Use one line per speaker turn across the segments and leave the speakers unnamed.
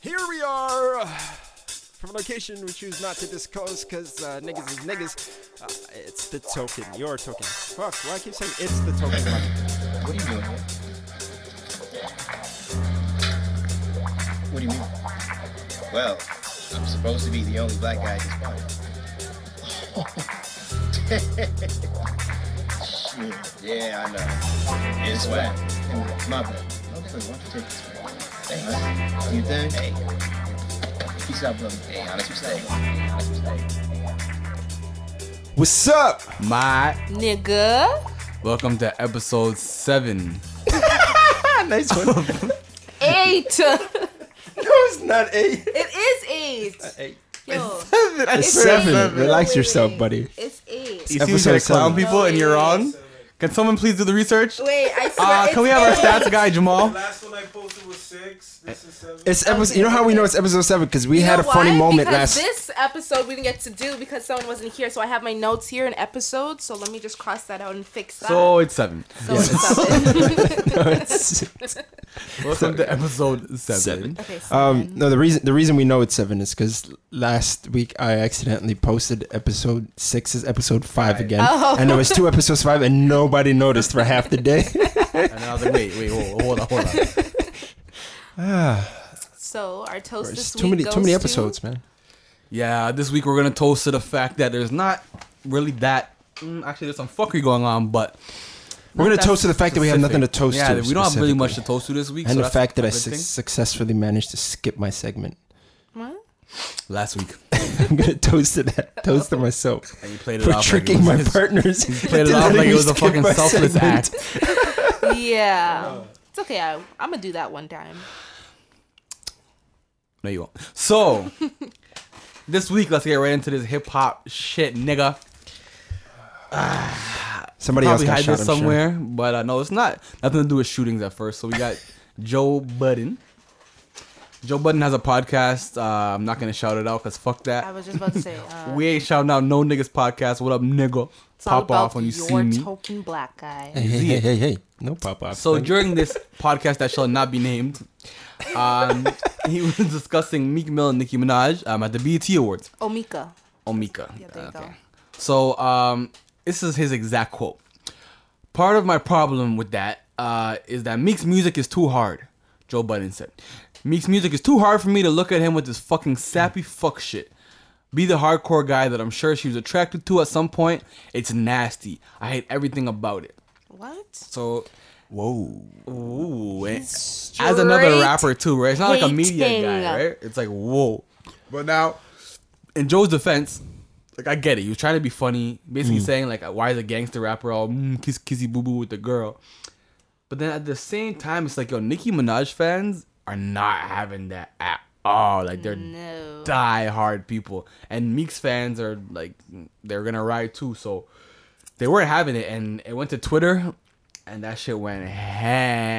Here we are uh, from a location we choose not to disclose because uh, niggas is niggas. Uh, it's the token, your token. Fuck, why I keep saying it's the token? Like,
What do you mean? What do you mean? Well, I'm supposed to be the only black guy at this party. Shit. Yeah, I know. It's whack. My bad. Okay, why don't you take this one? Thanks. You think? Hey. Peace out, brother. Hey, honest mistake. Hey, honest mistake.
What's up?
My
nigga.
welcome to episode seven.
Ah, nice one.
Eight.
no, it's not eight.
it is eight.
Eight.
Yo,
It's
seven.
Relax
Wait,
yourself,
wait.
buddy.
it's eight.
You see, you
Episode
try to clown
seven.
people and you're wrong. Can someone please do the research?
Wait, I swear.
Uh,
it's
can we have our
eight.
stats guy Jamal?
Last one I posted was six. This is seven.
It's episode. You know how we know it's episode seven because we
You
had
know
a funny
why?
moment last.
because this episode we didn't get to do because someone wasn't here. So I have my notes here in episode. So let me just cross that out and fix that.
So it's seven.
So it's seven.
Welcome to episode seven.
Seven.
okay, so
Um, no, the reason the reason we know it's seven is because last week I accidentally posted episode six is episode five again,
Oh.
and there was two episodes five, and nobody noticed for half the day.
And then I was like, wait, wait, whoa, hold on, hold on.
so our toast
It's
this
too
week
many
goes
too many
to-
episodes, man.
Yeah, this week we're gonna toast to the fact that there's not really that. mm, Actually, there's some fuckery going on, but
We're gonna toast to the fact that we have nothing to toast
yeah,
to.
we don't have really much to
specifically.
toast to this week.
and
so
the
that's
fact that
a
I
good
su-
thing.
successfully managed to skip my segment,
What?
last week
I'm gonna toast to that. Toast to myself
and you played it
for
off like it
tricking my
was-
partners.
Played it
into
off
letting
like
me
it was a
skip
fucking
my
selfless
segment.
act.
Yeah. It's okay. I, I'm gonna do that one time.
No, you won't. So, this week, let's get right into this hip hop shit, nigga.
Somebody else
Probably
got
hide
shot
this
I'm sure.
somewhere, but uh, no, it's not. Nothing to do with shootings at first. So, we got Joe Budden. Joe Budden has a podcast. Uh, I'm not going to shout it out because fuck
I
that.
was just about to say. Uh,
We ain't shouting out no niggas podcast. What up, nigga?
it's all
Pop
about
off when you
your
see me.
token black guy.
Hey, hey, hey, hey, hey. No pop off.
So during this podcast that shall not be named, um, he was discussing Meek Mill and Nicki Minaj um, at the BET Awards. Oh,
Omika.
Omika.
Yeah, there you go.
So um, this is his exact quote. Part of my problem with that uh, is that Meek's music is too hard. Joe Budden said, "Meek's music is too hard for me to look at him with this fucking sappy fuck shit. Be the hardcore guy that I'm sure she was attracted to at some point. It's nasty. I hate everything about it."
What?
So,
whoa.
ooh, and as another
Straight
rapper too, right? It's not like a media
hating.
guy, right? It's like whoa. But now, in Joe's defense, like I get it. He was trying to be funny, basically saying like, why is a gangster rapper all mm, kiss kissy boo boo with the girl? But then at the same time, it's like yo, Nicki Minaj fans are not having that at all. Like they're
No.
die hard people, and Meek's fans are like they're gonna ride too. So they weren't having it, and it went to Twitter, and that shit went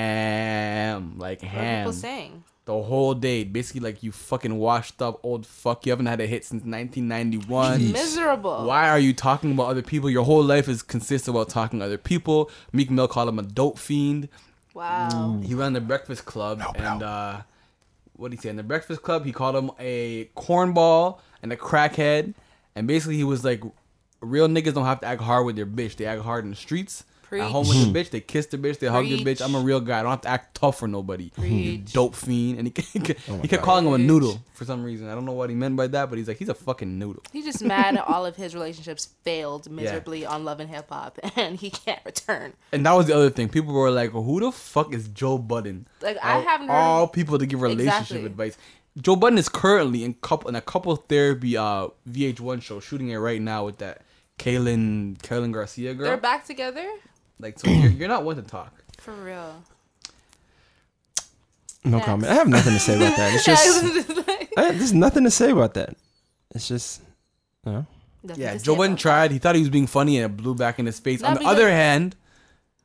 ham, like
What are
ham,
people saying?
the whole day. Basically, like you fucking washed up old fuck. You haven't had a hit since 1991.
Miserable.
Why are you talking about other people? Your whole life is consistent about talking to other people. Meek Mill called him a dope fiend.
Wow.
He went on the Breakfast Club and uh what did he say? In the Breakfast Club, he called him a cornball and a crackhead, and basically he was like, "Real niggas don't have to act hard with their bitch. They act hard in the streets. At home with their bitch, they kiss their bitch, they hug their
Preach.
bitch. I'm a real guy. I don't have to act tough for nobody. You
Preach.
dope fiend." And he, he kept calling him a noodle for some reason. I don't know what he meant by that, but he's like, he's a fucking noodle.
He's just mad at all of his relationships failed miserably on Love and Hip Hop, and he can't return.
And that was the other thing. People were like, "Who the fuck is Joe Budden?"
Like, I
Of
haven't heard of-
all people to give relationship
Exactly.
advice. Joe Budden is currently in couple in a couple therapy uh VH1 show shooting it right now with that Kaylin Kaylin Garcia girl.
They're back together?
Like, so you're, you're not one to talk.
For real.
No
Next.
comment. I have nothing to say about that. It's just I, there's nothing to say about that. It's just you know.
Yeah, Joe Budden tried. He thought he was being funny, and it blew back in his face.
Not
On the
because-
other hand,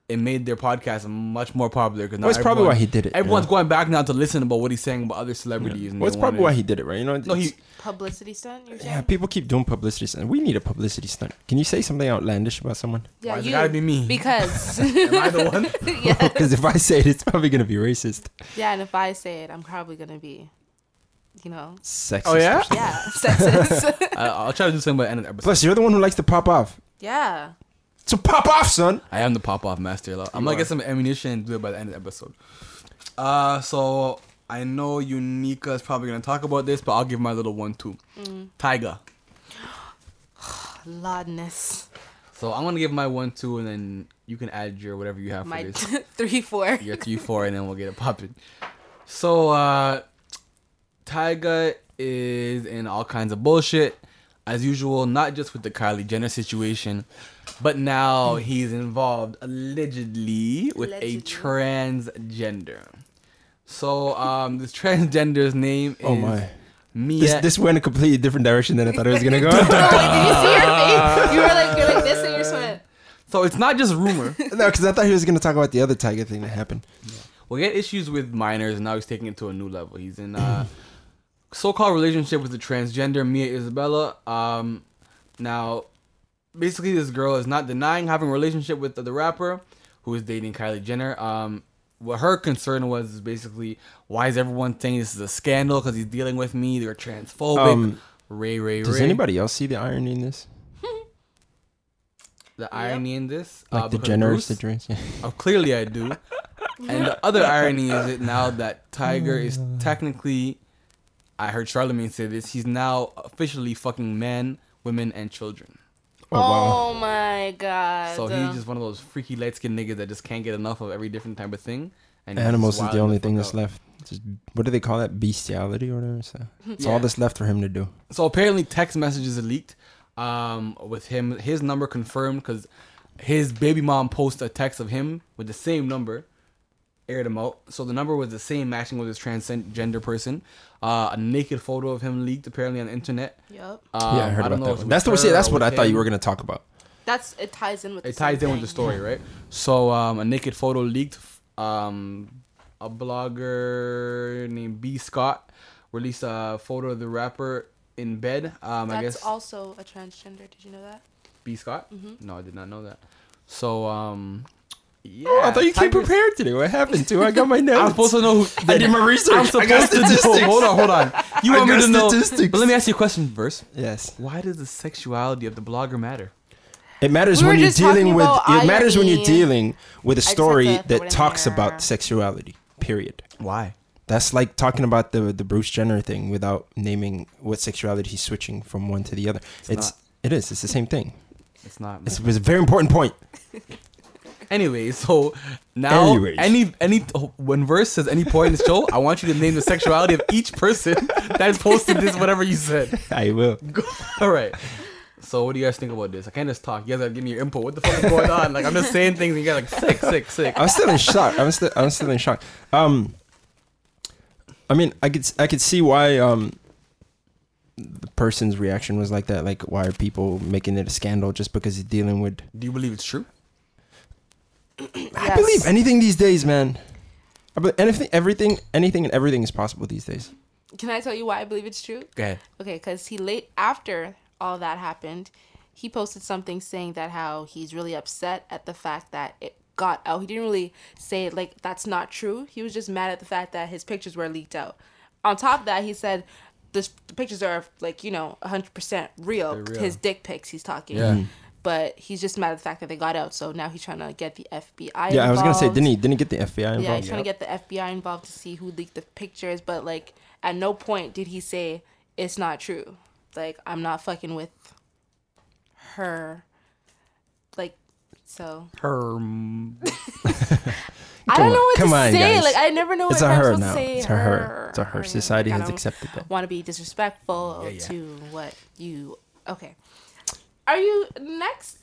it made their podcast much more popular because
Well, it's probably why he did it, you
Everyone's
know?
going back now to listen about what he's saying about other celebrities. And
Well, it's
they
probably why
wanted-
he did it, right? You know,
No, he
it's-
Publicity stunt, you're saying?
yeah. People keep doing publicity stunt. We need a publicity stunt. Can you say something outlandish about someone?
Yeah,
Why does it gotta be me?
Because.
am I the one?
yeah.
Because if I say it, it's probably gonna be racist.
yeah, and if I say it, I'm probably going to be you know.
Sexist.
Oh, yeah?
or something.
Yeah, sexist.
I, I'll try to do something by the end of the episode.
Plus, you're the one who likes to pop off.
yeah.
So pop off, son.
I am the pop off master. Like, I'm
You
gonna
are.
get some ammunition and do it by the end of the episode. Uh, so I know Unica is probably gonna talk about this, but I'll give my little one too. Tyga.
Laudness.
So I'm gonna give my one two, and then you can add your whatever you have for
My
this.
three, four.
your three four and then we'll get it popping. So uh Tyga is in all kinds of bullshit as usual, not just with the Kylie Jenner situation, but now he's involved allegedly with
Allegedly.
a transgender. So um this transgender's name is
Oh my.
Mia
This, this went a completely different direction than I thought it was gonna go.
Oh, wait, did you see your face? You were like, you're like this, and you just went.
So it's not just rumor.
no, because I thought he was gonna talk about the other tiger thing that happened.
Well, he had issues with minors, and now he's taking it to a new level. He's in a so-called relationship with the transgender Mia Isabella. Um, now, basically, this girl is not denying having a relationship with the, the rapper who is dating Kylie Jenner. Um, what her concern was is basically why is everyone saying this is a scandal because he's dealing with me? They're transphobic.
Um,
Ray, Ray,
Does
Ray.
anybody else see the irony in this?
the irony in this? uh,
Like the
because
generous
Bruce-
the drinks.
Oh, clearly I do. and the other irony is it now that Tiger is technically, I heard Charlemagne say this, he's now officially fucking men, women, and children.
Oh, my god.
So he's just one of those freaky light skinned niggas that just can't get enough of every different type of thing. And he's just
Animals is the
wilding
only
fuck
thing that's
out.
left. It's just- what do they call that? Bestiality or whatever. So it's all
Yeah.
that's left for him to do.
So apparently, text messages are leaked um, with him, his number confirmed because his baby mom posted a text of him with the same number, aired him out. So the number was the same, matching with this transgender person. Uh, a naked photo of him leaked apparently on the internet.
Yep.
Um,
yeah, I heard
don't
about that.
know if it
One.
was
That's the
her
That's
or
what I
with
thought
him.
you were gonna talk about.
That's it ties in with. the
It ties
same
in with the
thing.
story, right? So um, a naked photo leaked. Um, a blogger named B Scott released a photo of the rapper in bed. Um, I
That's
guess
also a transgender. Did you know that?
B Scott? No, I did not know that. So, um, yeah.
Oh, I thought you came
Tigers-
prepared today. What happened to? I got my notes.
I'm supposed to know who.
I did my research.
I'm
I
supposed
got
to know.
statistics.
Hold on, hold on. You
I
want me
got
to know?
statistics.
But let me ask you a question first.
Yes,
Why does the sexuality of the blogger matter?
it matters
We were
when you're
just talking
dealing with. It
about
matters when
E.
you're
irony.
dealing with a
just
story
have to throw it
that
in
talks
there.
about sexuality. Period.
Why?
That's like talking about the the Bruce Jenner thing without naming what sexuality he's switching from one to the other. It's,
not.
it is. It's the same thing.
It's not.
It's, it's a very important point.
Anyway, so now
Anyways.
any any oh, when verse says any point in the show, I want you to name the sexuality of each person that's posted this whatever you said.
I will.
All right. So what do you guys think about this? I can't just talk. You guys gotta give me your input. What the fuck is going on? Like I'm just saying things and you guys are like sick, sick, sick.
I'm still in shock. I'm still I'm still in shock. Um, I mean, I could I could see why um the person's reaction was like that. Like, why are people making it a scandal just because he's dealing with?
Do you believe it's true?
I believe anything these days, man. I believe anything, everything, anything, and everything is possible these days.
Can I tell you why I believe it's true?
Go ahead.
Okay, because he late after all that happened, he posted something saying that how he's really upset at the fact that it got out. He didn't really say like that's not true. He was just mad at the fact that his pictures were leaked out. On top of that, he said this, the pictures are like you know 100% real.
They're real.
His dick pics he's talking.
Yeah. Mhm.
But he's just mad at the fact that they got out. So now he's trying to get the FBI.
Yeah, I was gonna say,
involved.
didn't he? Didn't he get the FBI
Yeah,
involved?
he's trying to get the FBI involved to see who leaked the pictures, but like at no point did he say it's not true. Like I'm not fucking with her. Like so
Her
I don't
on,
know what
come
to
on,
say.
guys.
Like I never know
It's
what
a
I'm
her
supposed
now.
to say.
It's a her. It's a her. Society has accepted that.
Want to be disrespectful
Yeah, yeah.
to what you? Okay. Are you next?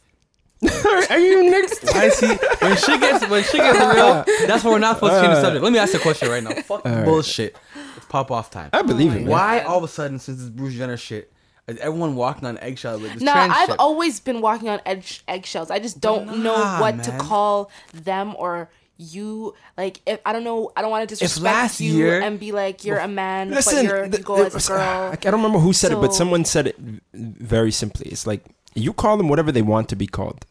Are you next?
I see when she gets when she gets real, that's when we're not supposed to change the subject. Let me ask you a question right now. Fuck bullshit. It's pop off time.
I believe it. Man.
Why all of a sudden since this Bruce Jenner shit is everyone walking on eggshells with this
No,
trans
I've
shit?
always been walking on edge eggshells. I just don't know
Nah,
what to
man.
call them or you. Like, if I don't know, I don't want to disrespect
last
you
year-
and be like you're a man,
Listen,
but you're,
the-
you go
the-
as a girl.
I don't remember who said it, but
So-
someone said it v- very simply. It's like you call them whatever they want to be called.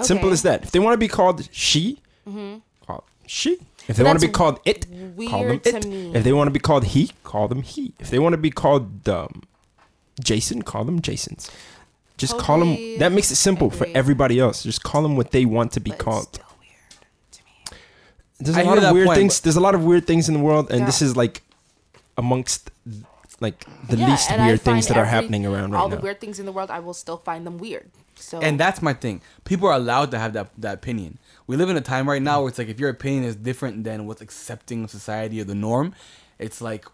Simple
Okay. Mm-hmm.
as that. If they want to be called she, call it she. If they
But
want to be
that's
called it, call them
weird to
it.
me.
If they want to be called he, call them he. If they want to be called um, Jason, call them Jasons. Just call
Totally
them. That makes it simple for
agree.
everybody else. Just call them what they want to be
But it's
called.
still weird to me.
There's
I
a
hear
lot of
that
weird
point,
things. There's a lot of weird things in the world, and
Yeah.
this is like amongst like the
Yeah,
least
and I
weird things that
find
are
every-
happening around right
all
now.
the weird things in the world, I will still find them weird. So
And that's my thing. People are allowed to have that that opinion. We live in a time right now where it's like if your opinion is different than what's accepting of society or the norm, it's like,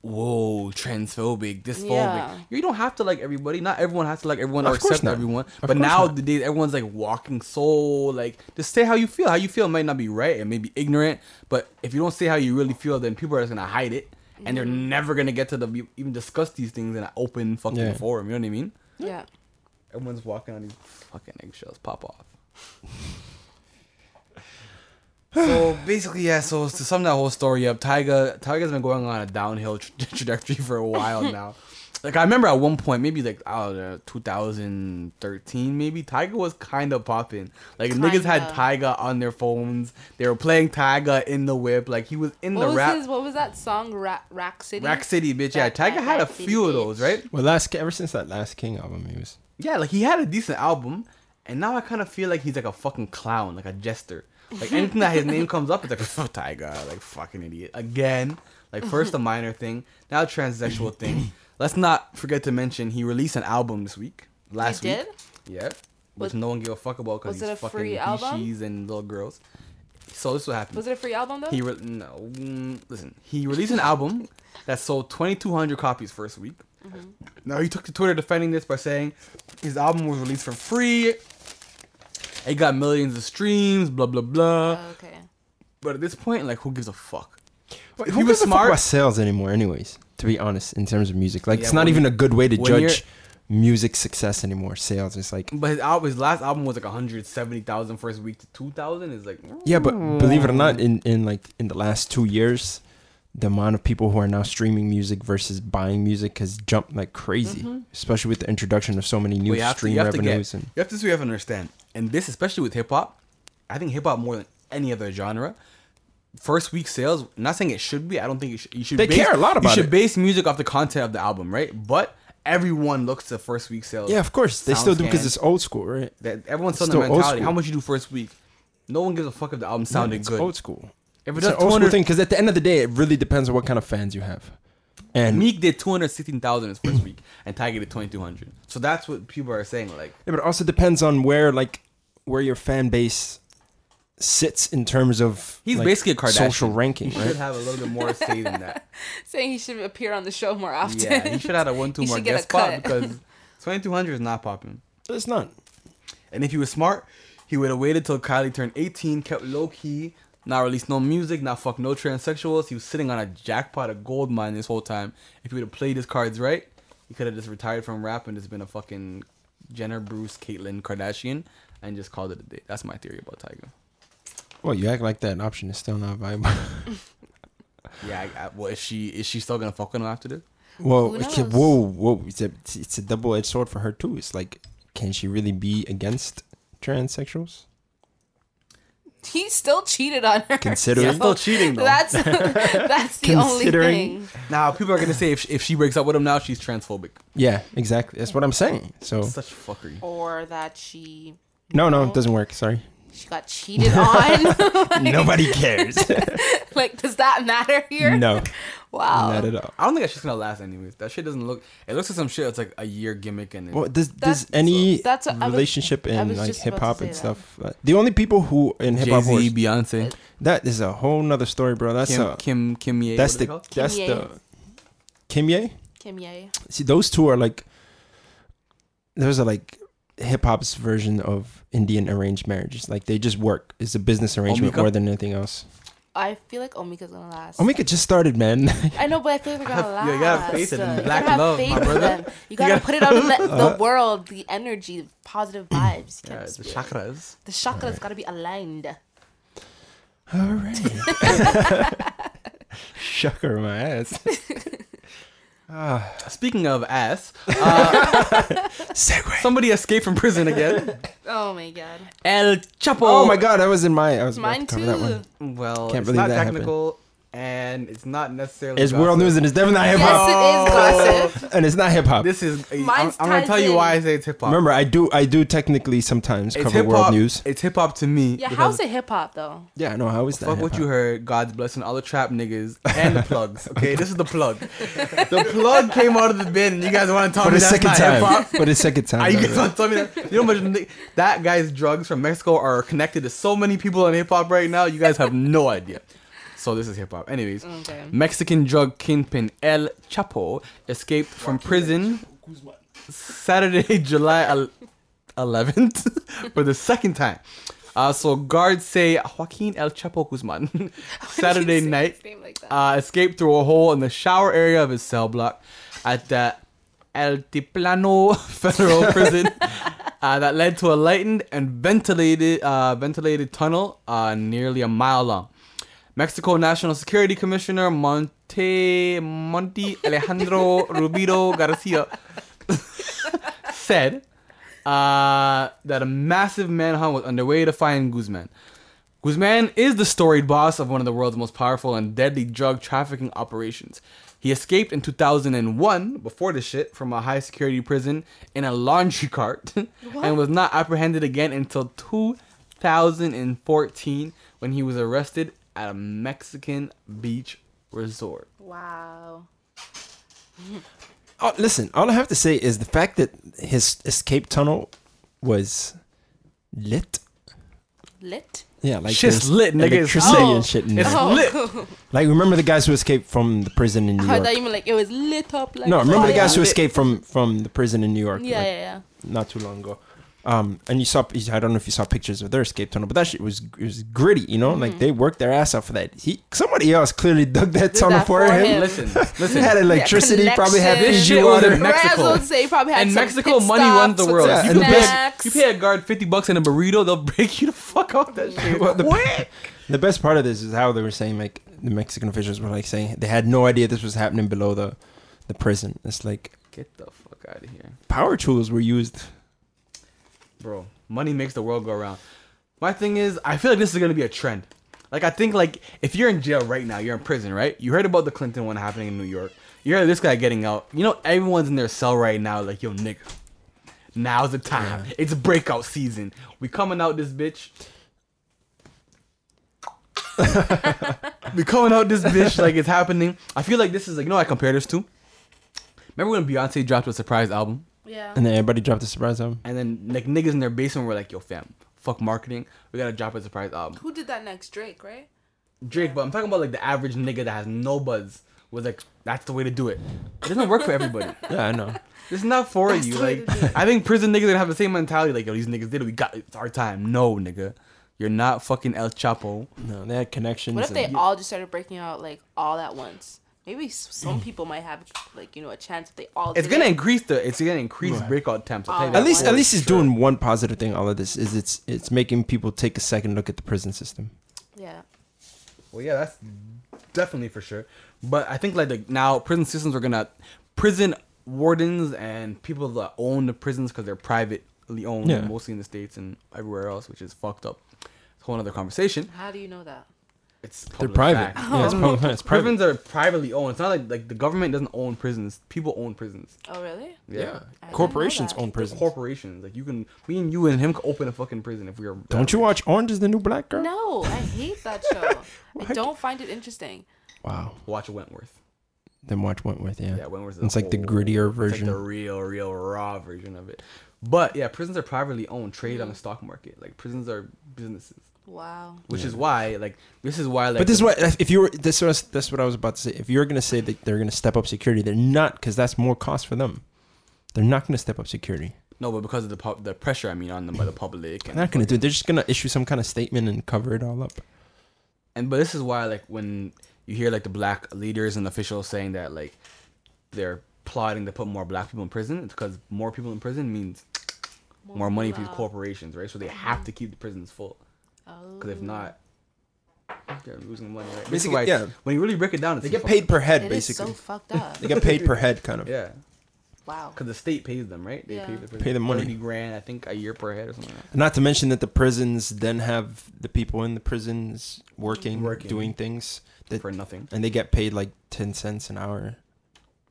whoa, transphobic, dysphobic.
Yeah.
You don't have to like everybody. Not everyone has to like everyone or
Of course
accept
not.
everyone.
Of
But
course
now
not.
the days everyone's like walking soul. Like just say how you feel. How you feel might not be right. It may be ignorant. But if you don't say how you really feel, then people are just gonna hide it. And they're
Mm-hmm.
never gonna get to the even discuss these things in an open fucking
Yeah.
forum. You know what I mean?
yeah,
Everyone's walking on these fucking eggshells. Pop off. so basically, yeah. So to sum that whole story up, Tyga Tyga's been going on a downhill tra- trajectory for a while now. Like I remember at one point, maybe like I don't know, 2013, maybe Tyga was kind of popping. Like niggas had
Kinda.
Tyga on their phones. They were playing Tyga in the whip. Like he was in
what
the
was
rap
his? What was that song? Ra- Rack City.
Rack City, bitch. Yeah,
Rack-
Tyga had a
Rack City,
few of
bitch.
those, right?
well, last ever since that last King album, he was
Yeah, like he had a decent album, and now I kind of feel like he's like a fucking clown, like a jester. Like anything that his name comes up, it's like "Pff, Tiger, like fucking idiot again. Like
Uh-huh.
first a minor thing, now a transsexual thing. Let's not forget to mention he released an album this week. Last
He did?
week, yeah, which
Was-
no one gave a fuck about because
was it
he's
a
fucking
free album?
she's and little girls. So this is what happened.
Was it a free album though?
He re- no mm, listen. He released an album that sold 2,200 copies first week. Now he took to Twitter defending this by saying his album was released for free. It got millions of streams, blah blah blah.
Oh, okay.
but at this point, like, who gives a fuck?
Well,
If
who
he was
gives a fuck
smart-
about sales anymore, anyways. To be honest, in terms of music, like
Yeah,
it's not
when
even
you-
a good way to
when you're-
judge music success anymore. Sales, it's like
But his, al- his last album was like 170,000 first week to 2,000 is like
yeah, but believe it or not, in in like in the last two years, the amount of people who are now streaming music versus buying music has jumped like crazy,
Mm-hmm.
especially with the introduction of so many new
Well, you have to-
stream
you have to get-
revenues. and
you have to you have to understand, and this especially with hip hop, I think hip hop more than any other genre. First week sales. I'm not saying it should be. I don't think it should, you should.
They care a lot about
You should
it.
base music off the content of the album, right? But everyone looks to first week sales.
yeah, of course they
Sound
still do because
scan.
it's old school, right?
That everyone's
It's
still in
still
the
old
mentality. How
school.
much you do first week? No one gives a fuck if the album sounded
it's
good.
Old school.
If it
It's
does
an old school
200
thing because at the end of the day, it really depends on what kind of fans you have. And
Meek did two hundred sixteen thousand his first week, and Tiger did twenty two hundred. So that's what people are saying. Like,
Yeah, but it also depends on where like where your fan base sits in terms of
He's
like,
basically a Kardashian.
social ranking,
you should
right?
have a little bit more say than that.
Saying he should appear on the show more often.
Yeah, he should have had a one two
He
more
should get a
guest spot
cut.
because twenty two hundred is not popping.
It's not.
And if he was smart, he would have waited till Kylie turned eighteen, kept low key, not released no music, not fuck no transsexuals. He was sitting on a jackpot of gold mine this whole time. If he would have played his cards right, he could have just retired from rap and just been a fucking Jenner, Bruce, Caitlyn, Kardashian, and just called it a day. That's my theory about Tiger.
Well, you act like that option is still not viable.
Yeah, I, I, well, is she is she still gonna fuck with him after this?
well,
Who
it's a-
knows?
whoa, whoa, it's a it's a double edged sword for her too. It's like, can she really be against transsexuals?
He still cheated on her.
Considering-
He's still cheating, though.
That's that's the only
Considering-
thing.
Now people are gonna say if she, if she breaks up with him now, she's transphobic.
Yeah, exactly. That's what I'm saying. So
Such fuckery.
Or that she
no, no, it doesn't work. Sorry,
she got cheated on.
nobody cares.
like, does that matter here?
no,
Wow.
not at all.
I don't think that shit's gonna last anyways. That shit doesn't look. It looks like some shit that's like a year gimmick and.
Well, does
That's-
does any
that's what I was-
relationship
I
in
was
like
just about
hip
to
hop
say
and
that.
stuff? uh, the only people who in hip
Jay
hop who are
Z, Beyonce,
That is a whole nother story, bro. That's
Kim,
a
Kim, Kim, Ye,
that's
what
the
are they called?
that's
Kimye.
the Kimye.
Kim Ye.
See, those two are like those are like hip hop's version of Indian arranged marriages. Like they just work. It's a business arrangement
Omika?
more than anything else.
I feel like Omika's gonna last.
Omika just started, man.
I know, but I feel like they're gonna
have-
last.
yeah, you gotta have faith in
Uh, you
black
gotta have
love,
faith
my
in
brother.
them. You gotta put it out in the, the world, the energy, positive vibes. You
Yeah,
can't
the
speak.
chakras.
the chakra's gotta be aligned.
All right. Shuck her my ass.
Speaking of ass,
Segway.
somebody escaped from prison again.
Oh my god.
El Chapo.
Oh, my God, I was in my. I was about
Mine
to cover
too.
that one.
Well,
Can't
it's
believe
not
that happened.
technical, and it's not necessarily.
It's world
gossip.
news and it's definitely not hip hop,
Yes, it is gossip.
and it's not hip hop.
This is. I'm, I'm
Mine's
gonna
ties
tell you
in.
why I say it's hip hop.
Remember, I do I do technically sometimes
it's
cover
hip
world
hop.
news.
It's hip hop to me.
Yeah,
because
how's it hip hop though?
Yeah, no, how is that?
Fuck what
hip-hop?
you heard. God's blessing all the trap niggas and the plugs. Okay, this is the plug. The plug came out of the bin, and you guys want to tell
For
me
the
that's
second
not hip
time.
hop?
For the second
Are
time.
you
by
guys
the way.
gonna tell me that? You know how much that guy's drugs from Mexico are connected to so many people in hip hop right now. You guys have no idea. So this is hip hop. Anyways,
Okay.
Mexican drug kingpin El Chapo escaped from prison Saturday, July el- 11th for the second time. Uh, so guards say Joaquin El Chapo Guzman Saturday night
Name like that.
uh, escaped through a hole in the shower area of his cell block at the Altiplano Federal Prison uh, that led to a lightened and ventilated uh, ventilated tunnel uh, nearly a mile long. Mexico National Security Commissioner Monte Monte Alejandro Rubido Garcia said uh, that a massive manhunt was underway to find Guzman. Guzman is the storied boss of one of the world's most powerful and deadly drug trafficking operations. He escaped in 2001, before this shit, from a high security prison in a laundry cart and was not apprehended again until 2014 when he was arrested at a Mexican beach resort.
wow.
Oh, listen, all I have to say is the fact that his escape tunnel was lit.
Lit.
Yeah, like
Shit's
there's
lit, nigga, it's
Electricity
lit.
and shit. In
It's
there.
Oh.
lit.
Like, remember the guys who escaped from the prison in New
I heard
York?
that you mean like it was lit up like.
No, remember the
fire.
guys who escaped from from the prison in New York?
Yeah,
like,
yeah, yeah.
Not too long ago. Um, and you saw, I don't know if you saw pictures of their escape tunnel, but that shit was it was gritty, you know.
Mm-hmm.
Like they worked their ass out for that. He somebody else clearly dug that tunnel
that
for,
for
him.
him.
Listen, listen.
had electricity, probably had
connections.
issue
Shit was in
water.
Mexico.
Razzle say probably had
and
some
Mexico
pit
money runs
stops
the
with
world.
some
Yeah,
you, pay,
snacks.
you pay a guard fifty bucks and a burrito, they'll break you the fuck off that shit.
Well, the-
Quick.
The best part of this is how they were saying like the Mexican officials were like saying they had no idea this was happening below the the prison. It's like
Get the fuck out of here,
power tools were used.
bro. Money makes the world go round. My thing is, I feel like this is gonna be a trend. Like I think, like if you're in jail right now, you're in prison, right? You heard about the Clinton one happening in New York. You heard this guy getting out. You know, everyone's in their cell right now. Like, yo, nigga, now's the time. It's breakout season. We coming out this bitch. we coming out this bitch like it's happening. I feel like this is like you know what I compare this to. Remember when Beyonce dropped a surprise album?
Yeah.
And then everybody dropped a surprise album.
And then like niggas in their basement were like, "Yo, fam, fuck marketing. We gotta drop a surprise album."
Who did that next? Drake, right?
Drake, but I'm talking about like the average nigga that has no buzz was like, "That's the way to do it." It doesn't work for everybody.
Yeah, I know.
This is not for you.
the way
Like,
to do it.
I think prison niggas gonna have the same mentality. Like, yo, these niggas did it. We got it. It's our time. No, nigga, you're not fucking El Chapo.
No, they had connections.
What
and-
if they all just started breaking out like all at once? Maybe s- some people might have like you know a chance if they all.
It's
did
gonna
it.
increase the. It's gonna increase breakout temps. I'll tell you
Oh.
that
at least
for
at least he's
sure.
doing one positive thing all of this is it's it's making people take a second look at the prison system
Yeah.
Well, yeah, that's
Mm-hmm.
definitely for sure. But I think like the, now prison systems are gonna prison wardens and people that own the prisons because they're privately owned,
Yeah.
mostly in the states and everywhere else, which is fucked up. It's a whole other conversation.
How do you know that?
It's
they're
public
private
fact.
yeah it's public it's private
Prisons are privately owned. It's not like like the government doesn't own prisons. People own prisons.
Oh really?
Yeah.
I didn't know
corporations
that.
own prisons
Corporations like you can me and you and him could open a fucking prison if we were.
don't you watch orange is the new black girl
No, I hate that show. I don't find it interesting.
wow
watch Wentworth?
then watch wentworth yeah,
Yeah, Wentworth. Is
it's
a
like the
whole-
grittier
It's
version
like the real, real raw version of it. But yeah, prisons are privately owned, trade on the stock market. Like prisons are businesses,
Wow.
which is why like this is why like.
but this is
the-
what if you were this was that's what i was about to say if you're gonna say that they're gonna step up security they're not because that's more cost for them they're not gonna step up security
no, but because of the pub, the pressure I mean on them by the public.
they're not gonna do it they're just gonna issue some kind of statement and cover it all up
and but this is why like when you hear like the black leaders and officials saying that like they're plotting to put more black people in prison it's because more people in prison means more, money for these corporations right so they have to keep the prisons full because
Oh. Mm.
if not they're losing money right this is
Basically,
why
yeah.
when you really break it down it's
they get paid per head
It is
basically
so fucked up.
they get paid per head kind of
yeah
Wow.
Because the state pays them, right? They
Yeah.
pay, the prison
Pay them money.
30 grand, I think, a year per head or something like that.
Not to mention that the prisons then have the people in the prisons working,
Working.
doing things that,
for nothing.
and they get paid like ten cents an hour,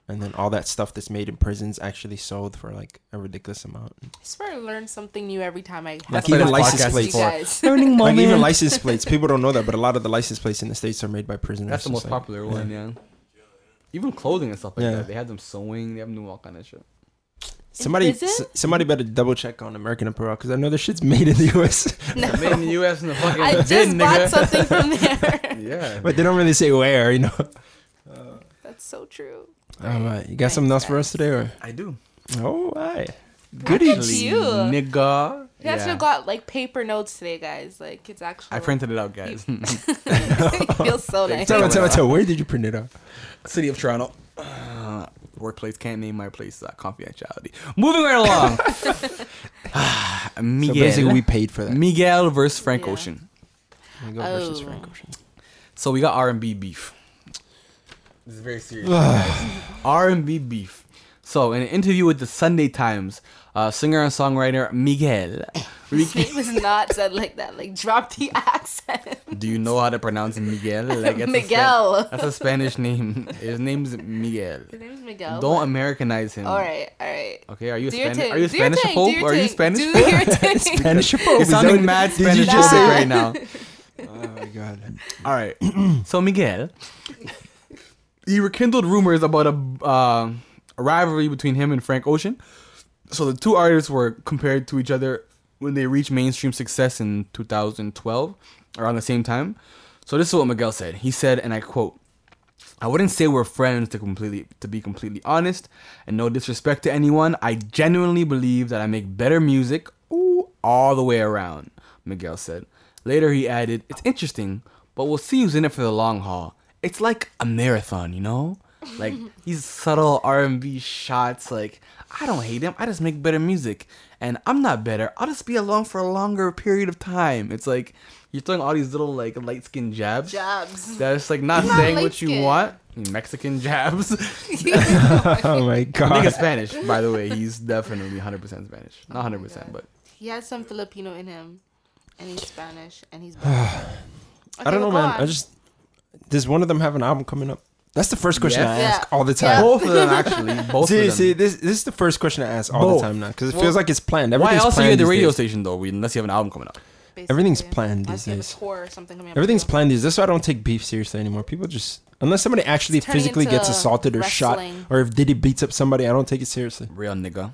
and then all that stuff that's made in prisons actually sold for like a ridiculous amount.
I swear I learn something new every time I
Like
have
even
to
license
podcast
plates.
with you guys.
Learning
Like even license plates, people don't know that, but a lot of the license plates in the states are made by prisoners.
That's the
It's
most
like-
popular
yeah.
one, yeah. Even clothing and stuff like
Yeah.
that. They have them sewing. They have them doing all kind of shit.
Somebody,
Is it?
s- somebody better double check on American Apparel because I know this shit's made in the U.S.,
No.
Made in the U.S. and the fucking
I just
bin,
bought
nigga.
something from there.
Yeah.
but they don't really say where. You know.
That's so true.
All right, you got something else for us today, or
I do.
oh, I
It's
goodies.
you.
Nigga.
We actually got like paper notes today, guys. Like it's actually.
I printed it out, guys.
feels so nice.
Tell me, tell me, tell me, where did you print it out?
City of Toronto. Uh, workplace can't name my place. Uh, confidentiality. Moving right along.
So
Ah, Miguel.
basically, we paid for that.
Miguel versus Frank
Yeah.
Ocean.
We go versus
Oh.
Frank Ocean.
So we got R and B beef. This is very serious. R and B beef. So in an interview with the Sunday Times, uh, singer and songwriter Miguel.
It was not said like that. Like drop the accent.
Do you know how to pronounce Miguel? Like, it's a Spa-
Miguel.
that's a Spanish name. His name's Miguel.
His name is Miguel.
Don't Americanize him.
all right, all right.
Okay, are you a
Do your
Spanish?
thing.
Are you a
do your
Spanish
thing, do your
Are you
thing,
Spanish?
Do your thing.
Spanish
It's sounding mad Spanish
Did you just say?
Nah.
right now.
Oh my god.
All right. so Miguel, he rekindled rumors about a uh, a rivalry between him and Frank Ocean. So the two artists were compared to each other when they reached mainstream success in 2012, around the same time. So this is what Miguel said. He said, and I quote. I wouldn't say we're friends to completely to be completely honest, and no disrespect to anyone. I genuinely believe that I make better music ooh, all the way around, Miguel said. Later he added, It's interesting, but we'll see who's in it for the long haul. It's like a marathon, you know? Like these subtle R and B shots, like I don't hate him, I just make better music. And I'm not better. I'll just be along for a longer period of time. It's like you're throwing all these little like light skin jabs.
Jobs.
That's like not
not
saying what you
light-skinned.
want. Mexican jabs.
Oh my
Nigga
god.
Spanish, by the way. He's definitely 100% Spanish. Not 100%, but
he has some Filipino in him, and he's Spanish, and he's. black.
I don't
Okay,
know,
well,
man.
go
I
on.
just does one of them have an album coming up? That's the first question
Yeah.
I
Yeah.
ask all the
Yeah.
time.
both of them actually. Both
See,
of them.
see, this this is the first question I ask all
Both.
the time now because it
Well,
feels like it's planned.
Why
Everything's
else are
planned
you at the
these
radio
days.
station though? we- Unless you have an album coming out.
Everything's
basically.
planned
Unless
these
you have a
days.
tour or something coming up
Everything's
too.
planned these. That's why I don't take beef seriously anymore. People just unless somebody actually
turning
physically gets
into
assaulted or
wrestling.
shot, or if Diddy beats up somebody, I don't take it seriously.
Real nigga.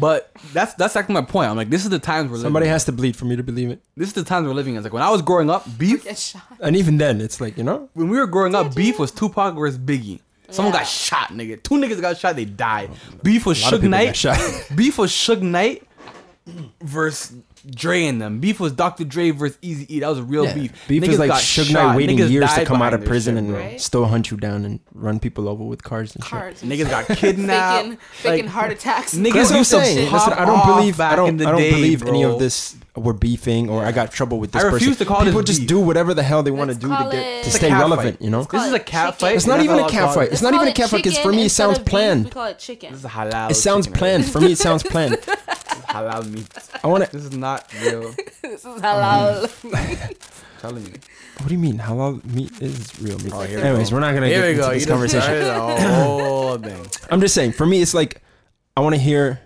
But that's that's actually my point. I'm like, this is the times we're
Somebody
living.
has to bleed for me to believe it.
this is the times we're living in. It's like when I was growing up, beef
Get shot.
And even then, it's like you know,
when we were growing up, beef was Tupac versus Biggie. Someone
Yeah.
got shot, nigga. Two niggas got shot, they died. Beef was
a lot of
Suge
people
Knight.
got shot.
Beef was Suge Knight versus Dre and them. Beef was Dr. Dre versus Easy E. That was real
Yeah.
beef.
Beef
Niggas
is like
got
Suge
shot.
Knight waiting
Niggas
years to
died
come out
behind
of
their
prison
shit,
and
bro.
right?
still hunt you down and run people over with cars and shit.
Cards. and
niggas got
Faking,
kidnapped.
faking
Like,
heart attacks.
That's
niggas
what I'm
used to
saying.
pop
Listen, I don't
off
believe
back
I
in
don't
the
I don't
day,
believe any
bro.
of this we're beefing or I got trouble with this
I refuse
person.
to call this
People just
beef.
do whatever the hell they want to
Let's
do to
call
get
it-
to
It's a
stay
cat
relevant,
fight.
you know?
Let's call
This is a
it
cat
chicken.
fight.
It's
not
That's
even
how
a
I
cat
call it.
fight. It's
Let's
not
call
even a cat fight,
chicken
'cause for me it
instead
sounds
of beef,
planned.
We call it chicken.
This is halal.
It sounds
chicken right
planned. For me it sounds planned.
now. halal meat.
I want to
This is not real.
This is halal.
I'm telling you.
What do you mean? Halal meat is real meat.
here we
Anyways,
go.
we're not going to
Here
get
we go.
into
You
this
just
conversation.
started the whole thing.
I'm just saying, for me it's like I want to hear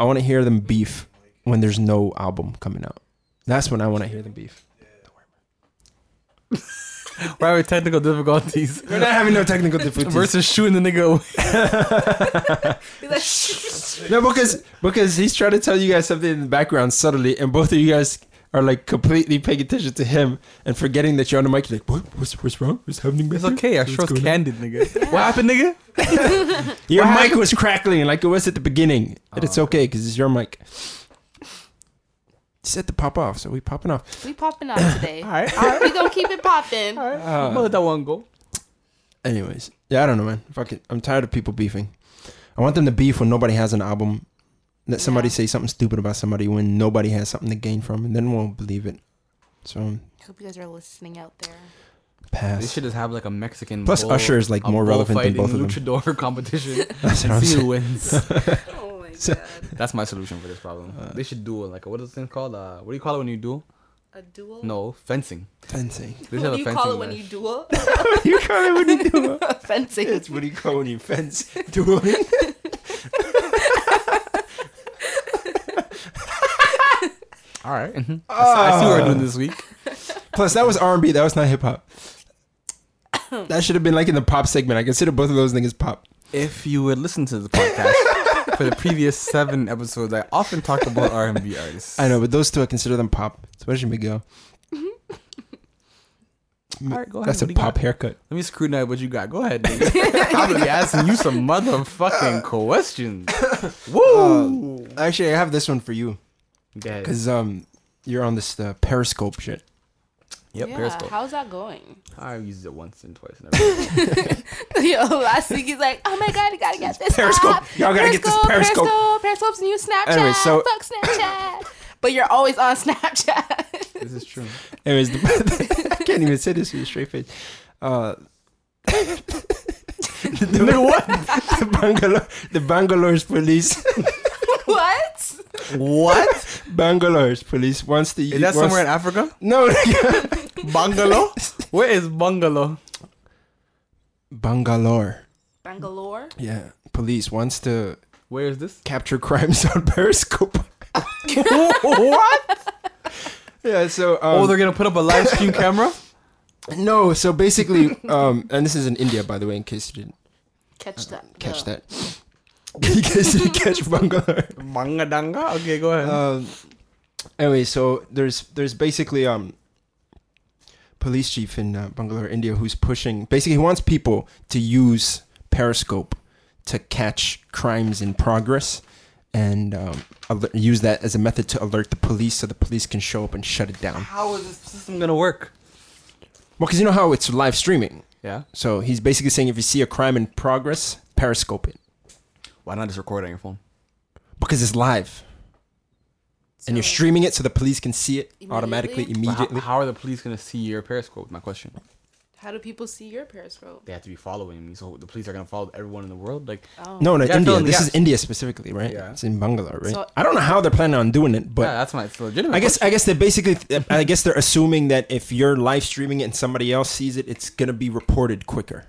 I want to hear them beef when there's no album coming out. That's when I want to hear them beef.
Why are we technical difficulties?
We're not having no technical difficulties.
Versus shooting the nigga. away.
He's like, "Shh."
No, because because he's trying to tell you guys something in the background subtly, and both of you guys are like completely paying attention to him and forgetting that you're on the mic. You're like, what? What's what's wrong? What's happening?
It's okay. I sure was candid, nigga. What happened, nigga?
Your
What
mic was crackling like it was at the beginning, and it's okay because it's your mic. It's set to pop off, so we popping off.
we popping out today.
All right. All right.
We gonna keep it popping.
All right. I'm gonna let that one go.
Anyways, yeah, I don't know, man. Fuck it. I'm tired of people beefing. I want them to beef when nobody has an album. Let somebody
Yeah.
say something stupid about somebody when nobody has something to gain from, and then we'll believe it. So
Hope you guys are listening out there.
They
Pass.
should just have like a Mexican.
Plus Usher is, like,
a
more relevant than
bullfighting
both of them.
Luchador competition.
That's what
and
I'm
see who
saying.
wins.
Oh my god.
That's my solution for this problem. they should do like what is this thing called? Uh, what do you call it when you duel?
A duel?
No, fencing.
Fencing.
They should have
What do
a
you
fencing
call it when
match.
you duel?
you call it when you do it.
Fencing.
It's what do you call when you fence doing?
All right. mhm. I see- I see what we're doing this week.
Plus, that was R and B. That was not hip hop. That should have been like in the pop segment. I consider both of those niggas pop.
If you would listen to the podcast for the previous seven episodes, I often talked about R and B artists.
I know, but those two I consider them pop, especially Miguel.
All right, go ahead.
That's a
What do you
pop
got?
haircut.
Let me scrutinize what you got. Go ahead. nigga. I'm gonna be asking you some motherfucking questions. Woo!
Actually, I have this one for you
Go ahead.
because um, you're on this uh, Periscope shit.
Yep,
yeah,
Periscope.
how's that going?
I've used it once and twice. And everything.
Yo, last week he's like, oh my god, you gotta get this
Periscope.
app.
Y'all gotta get this Periscope."
Periscope. Periscope's new Snapchat.
Anyway, so-
Fuck Snapchat. but you're always on Snapchat.
this is true.
Anyways, the, I can't even say this with a straight face. Uh, the, what? The Bangalore, the Bangalore's police,
what?
What?
Bangalore's police wants to.
Is that
wants-
somewhere in Africa?
No,
Bungalow? Where is bungalow?
Bangalore.
Bangalore.
Yeah, police wants to
Where is this?
capture crimes on Periscope.
what?
yeah, so um,
Oh, they're gonna put up a live stream camera.
no, so basically, um, and this is in India, by the way, in case you didn't
Catch that.
Uh, catch
No.
that. in case you didn't catch Bangalore.
Manga danga. Okay, go ahead.
um, anyway, so there's there's basically um police chief in uh, Bangalore, India, who's pushing. Basically, he wants people to use Periscope to catch crimes in progress and um, alert, use that as a method to alert the police, so the police can show up and shut it down.
How is this system gonna work?
Well, because you know how it's live streaming.
Yeah.
So he's basically saying if you see a crime in progress, Periscope it
Why not just record on your phone?
because it's live. and you're
So-
streaming it so the police can see it automatically
Immediately?
But how-
immediately.
How, are the police gonna see your Periscope? My question.
How do people see your Periscope?
They have to be following me, so the police are gonna follow everyone in the world. Like,
Oh.
No, no,
Yeah,
India.
fill in the
This is
gaps.
India specifically, right?
Yeah.
It's in Bangalore, right?
So-
I don't know how they're planning on doing it, but
yeah, that's my it's a legitimate.
I guess I guess they basically I guess they're assuming that if you're live streaming it and somebody else sees it, it's gonna be reported quicker.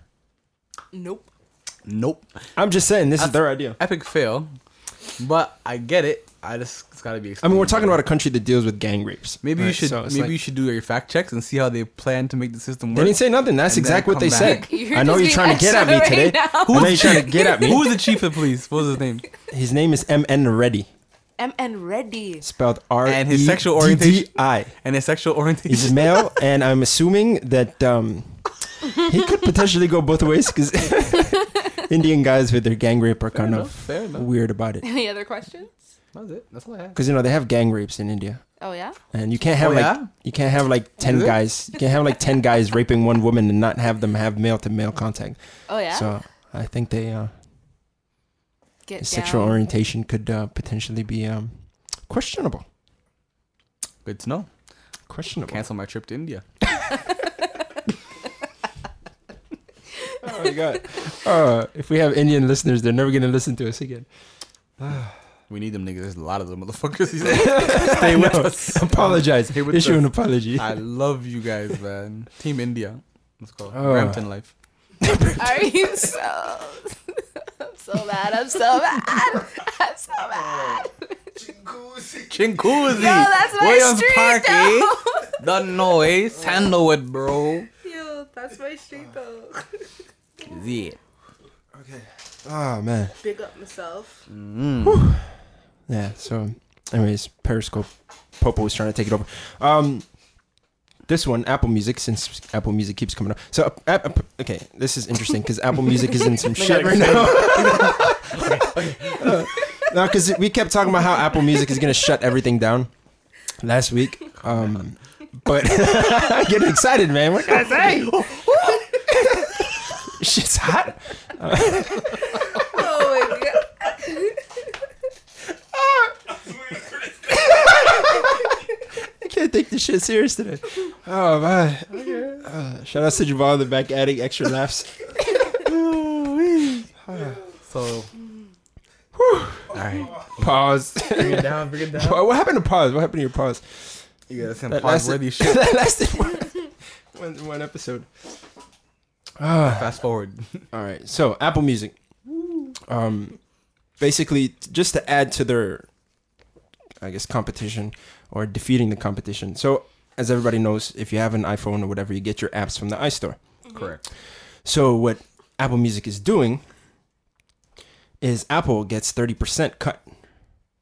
Nope.
question. nope.
I'm just saying this is
That's-
their idea.
Epic fail, but I get it. I just it's gotta be.
I mean, we're talking about a country that deals with gang rapes.
Maybe you
right?
should
So it's
maybe
like-
you should do your fact checks and see how they plan to make the system
They
work.
didn't say nothing. That's
And then
exactly what
come
they
back.
said.
You're
I know
just
you're trying to
being
get at me
extra
today.
right now.
I know you're trying to get at me.
Who is the chief of police? What was his name?
His name is M N Reddy,
MN Reddy.
spelled R
And his sexual
E D D
orientation-
I.
And his sexual orientation.
He's male, and I'm assuming that um, he could potentially go both ways because Indian guys with their gang rape are kind
enough,
of
fair enough.
weird about it.
Any other questions?
That's it. That's all I have.
Because you know they have gang rapes in India,
Oh yeah.
and you can't have
Oh,
like
yeah?
you can't have like ten
it?
guys. You can't have like ten guys raping one woman and not have them have male to male contact.
Oh yeah.
So I think they uh,
Get
his sexual
down.
orientation could uh, potentially be um, questionable.
Good to know.
Questionable.
Cancel my trip to India.
Oh my god! Uh, if we have Indian listeners, they're never gonna listen to us again.
We need them niggas. There's a lot of them motherfuckers. He's like, Stay with
No,
us.
Apologize.
Stay with
Issue
us.
an apology.
I love you guys, man. Team India. Let's go.
Oh.
Brampton life.
Are you so? I'm so mad. I'm so mad. I'm so mad.
Chinkuzi.
Yo, that's my
Williams
street,
Park, eh?
though.
Don't know, eh? Sandalwood, bro.
Yo, that's my street though.
Yeah.
Oh man.
Big up myself.
Yeah. So, anyways, Periscope, Popo was trying to take it over. Um, this one, Apple Music, since Apple Music keeps coming up. So, uh, app, app- okay, this is interesting because Apple Music is in some shit right now. Uh, no, because we kept talking about how Apple Music is gonna shut everything down last week. Um, but I'm getting excited, man. What can I say? Shit's hot.
Oh my god.
I can't take this shit serious today. Oh man. Shout out to Javon the back attic, extra laughs.
So, all right,
Pause.
bring it down, bring it down.
what happened to pause? What happened to your pause?
You got some
That lasted,
worthy shit.
that lasted one, one, one episode.
Fast forward.
All right. So Apple Music, um, basically t- just to add to their, I guess, competition or defeating the competition. So as everybody knows, if you have an iPhone or whatever, you get your apps from the iStore.
Correct.
So what Apple Music is doing is Apple gets 30% cut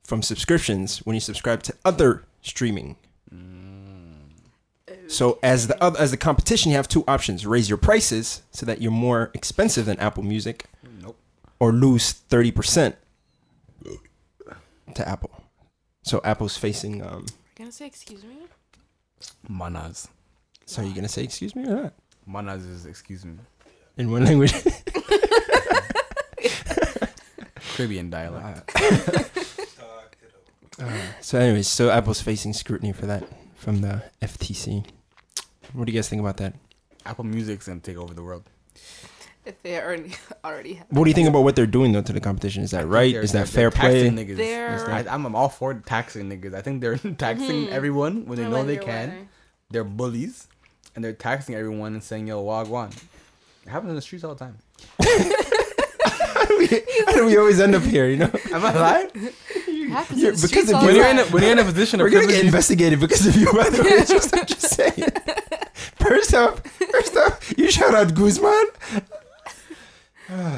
from subscriptions when you subscribe to other streaming. So as the other, as the competition, you have two options: raise your prices so that you're more expensive than Apple Music,
Nope.
or lose 30% to Apple. So Apple's facing. Um,
gonna say, excuse me.
Manas.
so are you gonna say excuse me or not
Manas is excuse me,
in one language?
Caribbean dialect. Uh-huh.
So, anyways, so Apple's facing scrutiny for that from the FTC. What do you guys think about that?
Apple Music's gonna take over the world.
If they already already have.
What do you think about what they're doing though to the competition? Is that right?
They're-
Is
they're-
that fair
they're taxing
play?
Niggas.
They're-
I, am I'm all for taxing niggas. I think they're taxing everyone when they know they can. They're bullies, and they're taxing everyone and saying, "Yo, wagwan." It happens in the streets all the time.
How do we always end up here? You know,
Am I lying?
Yeah,
because
because if
if
you-
when
When
you're in a, when you're in a position of
we're gonna get
privilege,
investigated because of you. By the way, It's just, I'm just saying. First up, first up, you shout out Guzman.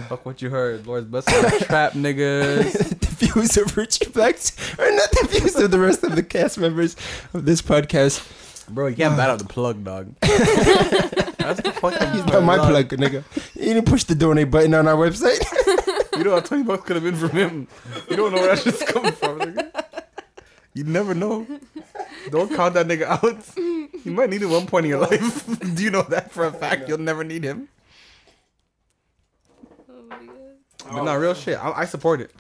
fuck what you heard. Lord's blessing, trap
Uh,
niggas.
the views of Richie Blacks are not the views of the rest of the cast members of this podcast.
Bro, you can't bat out the plug, dog. That's the fuck
He's not my plug, nigga. You didn't push the donate button on our website.
You know, how twenty bucks could have been from him. You don't know where that shit's coming from, nigga. You never know. Don't count that nigga out. You might need it one point in your life. Do you know that for a fact? You'll never need him.
Oh
But not real shit. I, I support it.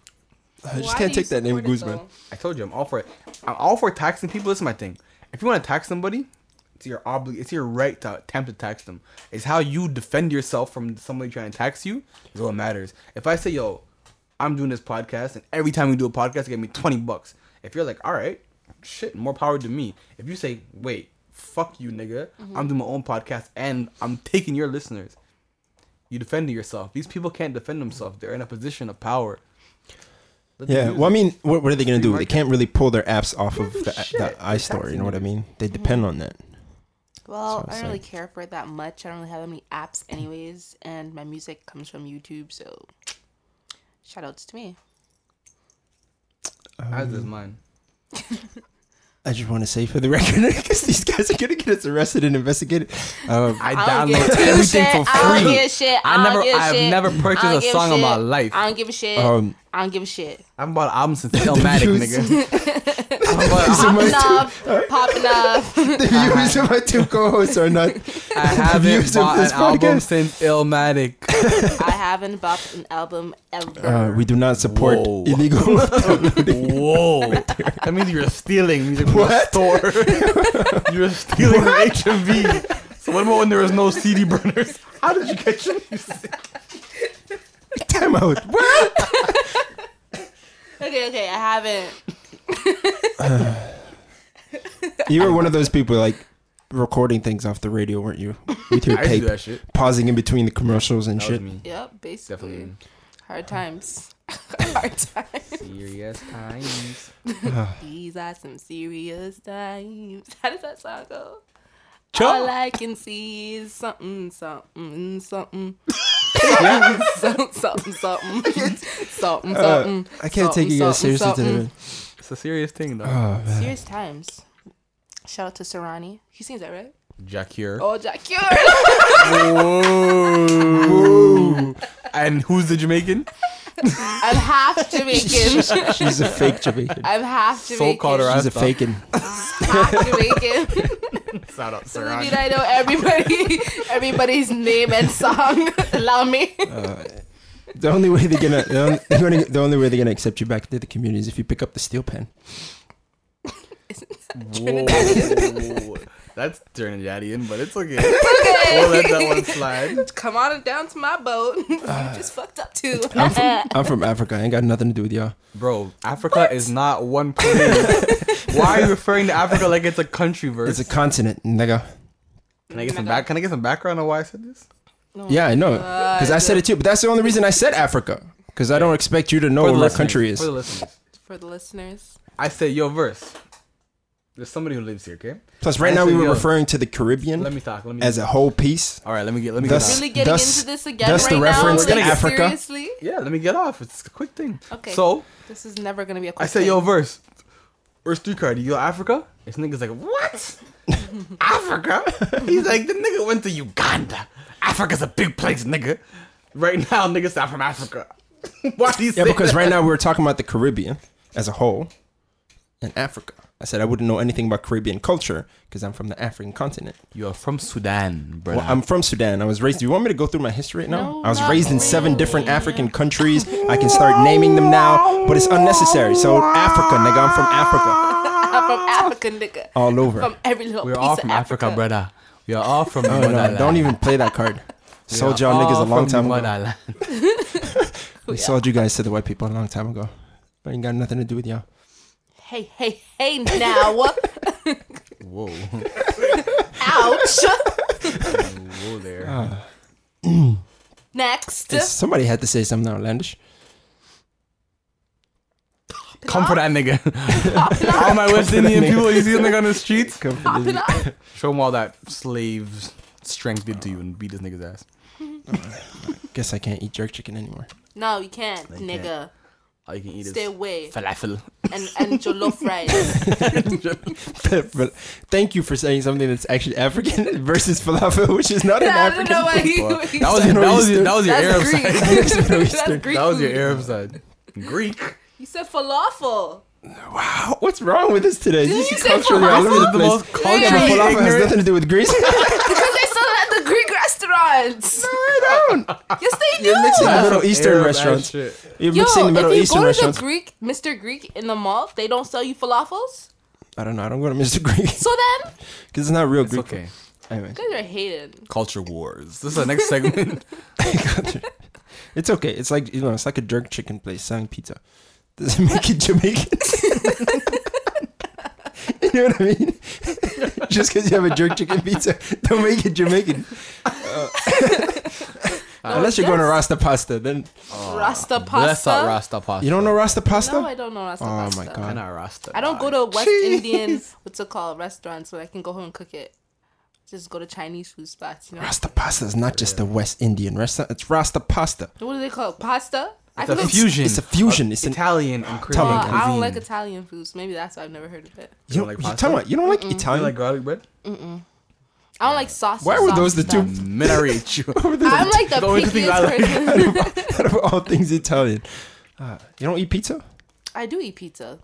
I just can't take that name, Guzman.
I told you, I'm all for it. I'm all for taxing people. This is my thing. If you want to tax somebody, it's your obli- it's your right to attempt to tax them. It's how you defend yourself from somebody trying to tax you. Is what matters. If I say, yo, I'm doing this podcast, and every time we do a podcast, give me twenty bucks. If you're like, all right, shit, more power to me. If you say, wait, fuck you, nigga, I'm doing my own podcast and I'm taking your listeners. You defending yourself. These people can't defend themselves. They're in a position of power. Let them
Yeah.
use
Well, I
it.
mean, what, what are they going to do? They
market.
can't really pull their apps off of
do
the,
shit.
the iStore. You know what I mean? They depend on that.
Well,
That's what
I
I'm
don't really
saying.
care for it that much. I don't really have that many apps, anyways, and my music comes from YouTube, so shout outs to me.
as is mine.
I just want to say for the record, because these guys are going to get us arrested and investigated. Um,
I
I don't
download
give two
everything
shit.
for
I don't
free.
give a shit.
I
I,
never-
don't give a
I have
shit.
never purchased
I don't
a
give
song in my
shit.
life.
I don't give a shit.
Um,
I don't give a shit.
I haven't bought an album since Illmatic, nigga. I haven't bought an
So
album-
my
Popping
two,
up, popping up.
the views of my two co-hosts are not.
I haven't
views of
bought
this
an album
podcast.
since Illmatic.
I haven't bought an album ever.
Uh, we do not support
Whoa.
illegal.
Whoa. That means you're stealing music from the
What?
store. you're stealing HMV. So what about when there was no CD burners? How did you get your music?
Time out. What?
okay, okay, I haven't.
You were one of those people like recording things off the radio, weren't you? With your
I used to
tape,
do that shit.
pausing in between the commercials and
That was
shit.
me.
Yep, basically.
Definitely.
Hard times. Hard times.
Serious times.
These are some serious times. How does that song go?
Chump.
All I can see is something, something, something. something, something, something, something,
Uh,
something.
I can't take you guys
Something,
seriously
something,
today.
It's a serious thing, though.
Oh man.
Serious times. Shout out to Serrani. He sings that, right?
Jakir.
Oh, Jack Cure.
Whoa. and who's the Jamaican?
I'm half Jamaican.
She's a fake Jamaican.
I'm half Jamaican.
So-called
She's a
Rasta.
faking.
Half Jamaican.
Shout out,
So I mean, I know everybody, everybody's name and song. Allow me.
The only way they're gonna, the only, they're gonna- the only way they're gonna accept you back into the community is if you pick up the steel pen.
Whoa. That's Trinidadian, but it's okay.
okay.
we'll let that one slide.
Come on and down to my boat. you just fucked up too.
Uh, I'm from, I'm from Africa. I ain't got nothing to do with y'all.
Bro, Africa is not one place. Why are you referring to Africa like it's a Oh country verse?
It's a continent, nigga.
can I get some back? Can I get some background on why I said this?
Oh
Yeah, I know. Because I said it too. But that's the only reason I said Africa. Because I don't expect you to know where my
listeners,
country is.
For the listeners.
For the listeners.
I said yo verse. There's somebody who lives here, okay?
Plus, right
I
now
said,
we were
yo,
referring to the Caribbean
Let me talk. Let me.
as a whole piece.
all right, let me get. Let me
Thus-
get.
Really getting
That's-
into this again
that's
right
the reference
now?
to
Like,
Africa.
Seriously?
Off. Yeah, let me get off. It's a quick thing.
Okay.
So
This is never gonna be a
I
quick
said
thing.
yo verse. Verse three card. You go Africa? This nigga's like what? Africa? He's like the nigga went to Uganda. Africa's a big place, nigga. Right now, niggas not from Africa. Why do you say
Yeah, because
that?
right now we were talking about the Caribbean as a whole and Africa. I said I wouldn't know anything about Caribbean culture because I'm from the African continent.
you are from Sudan, bro.
Well, I'm from Sudan. I was raised. Do you want me to go through my history right now?
No,
I was
not
raised in seven
really.
different African countries. I can start naming them now, but it's unnecessary. So Africa, nigga, I'm from Africa,
I'm from Africa, nigga.
all over.
From every little
We're
piece
all
of
from
Africa,
Africa, brother. We are all from.
Oh, no, don't even play that card. Sold y'all
Oh,
niggas a long time ago. We sold you guys to the white people a long time ago. I ain't got nothing to do with y'all.
Hey, hey, hey! Now,
Whoa,
ouch.
whoa there.
Next,
It's- somebody had to say something outlandish.
Come for that nigga. all my West Indian people, you see a nigga on the streets,
Popping up.
show them all that slaves strength did
Uh-huh.
to you and beat this nigga's ass.
Guess I can't eat jerk chicken anymore.
No, you can't, nigga.
All Oh, you can eat
Stay
is
away
falafel.
and and jollof rice.
But Thank you for saying something that's actually African versus falafel, which is not an
I
African.
don't know why he.
Well, that was
he
your,
said-
that was your, that was your Arab
That's Greek.
side.
That's Greek.
That was your
food.
Arab side. Greek.
You said falafel.
Wow, what's wrong with us today?
Didn't
This
you
is
say
culturally
falafel?
all over the
The
place.
most culturally
Yeah, but falafel has
ignorant-
nothing to do with Greece.
Because they sell it at the Greek restaurants. Yes, they do.
You're mixing the Middle
Some
Eastern
Arab ass
restaurants.
shit.
You're
Yo,
mixing the Middle
if you
Eastern
go to
restaurants.
the Greek, Mr. Greek in the mall, they don't sell you falafels.
I don't know. I don't go to Mr. Greek
So then,
because it's not real Greek.
Okay.
food. Anyway,
you guys are hated.
Culture wars. This is the next segment.
it's okay. It's like you know, it's like a jerk chicken place selling pizza. Does it make it Jamaican? you know what I mean? Just because you have a jerk chicken pizza, don't make it Jamaican. Uh,
Oh,
unless you're going to Rasta Pasta, then
Rasta
Bless
pasta.
up Rasta pasta.
you don't know Rasta Pasta.
No, I don't know Rasta
Oh my
pasta.
God.
I'm not Rasta.
I don't go to West
Jeez.
Indian, what's it called, restaurants where I can go home and cook it. Just go to Chinese food spots. You know?
Rasta pasta is not just a West Indian restaurant. It's Rasta pasta.
What do they call it? Pasta? I
It's a
can go-
fusion. Uh,
It's a fusion. It's an
Italian and Korean.
Italian
Uh,
fucking
I don't
cuisine.
like Italian foods. Maybe that's why I've never heard of it.
you,
like
you
pasta?
tell me, you don't like
You
Italian.
like garlic bread?
I don't like sauce.
Why were
sauce
those the two-
stuff.
Man, I rate you.
I'm like the
The only two things I like.
pickiest
out
person.
of all things Italian, uh, you don't eat pizza.
I do eat pizza.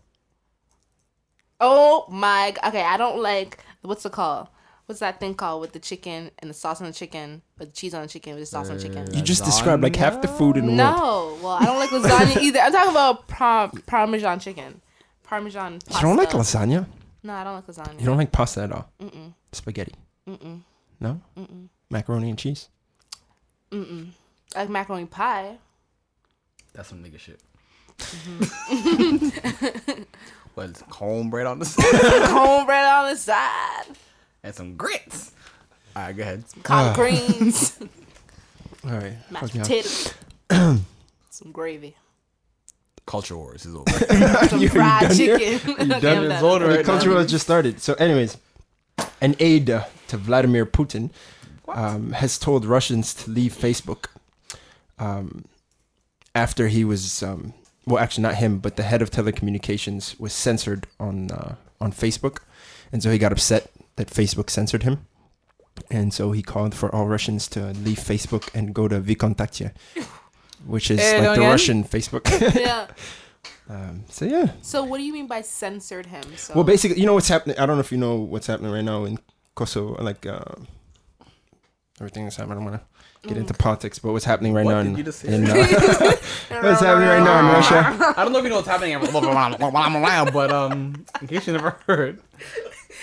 Oh my. g- Okay, I don't like what's it called? What's that thing called with the chicken and the sauce on the chicken, but the cheese on the chicken with the sauce on the chicken?
You just described like half the food in the world.
No, well, I don't like lasagna either. I'm talking about par- parmesan chicken, parmesan. Pasta.
You don't like lasagna.
No, I don't like lasagna.
You don't like pasta at all. Spaghetti. No. Macaroni and cheese.
I like macaroni pie.
That's some nigga shit. well, it's cornbread on the side
Cornbread on the side,
and some grits. All right, go ahead.
Ah.
collard greens,
All right.
mashed
fuck yeah.
potatoes, some gravy,
Culture wars is over.
some
You- you
fried
done here?
chicken. Okay, I'm
done?
done.
over
the culture war just started. So, anyways, an aide to Vladimir Putin um, has told Russians to leave Facebook um, after he was, um, well, actually not him, but the head of telecommunications was censored on uh, on Facebook, and so he got upset that Facebook censored him. And so he called for all Russians to leave Facebook and go to VKontakte, which is
Eh,
like the
again?
Russian Facebook.
Yeah.
um, so yeah,
So what do you mean by censored him? So
well, basically, you know what's happening. I don't know if you know what's happening right now in Kosovo, like uh, everything that's happening. I don't want to get into politics, but what's happening right
Mm.
now?
What did
in-
you just say?
in, uh, what's happening right now in Russia?
I don't know if you know what's happening while I'm around, but um, in case you never heard,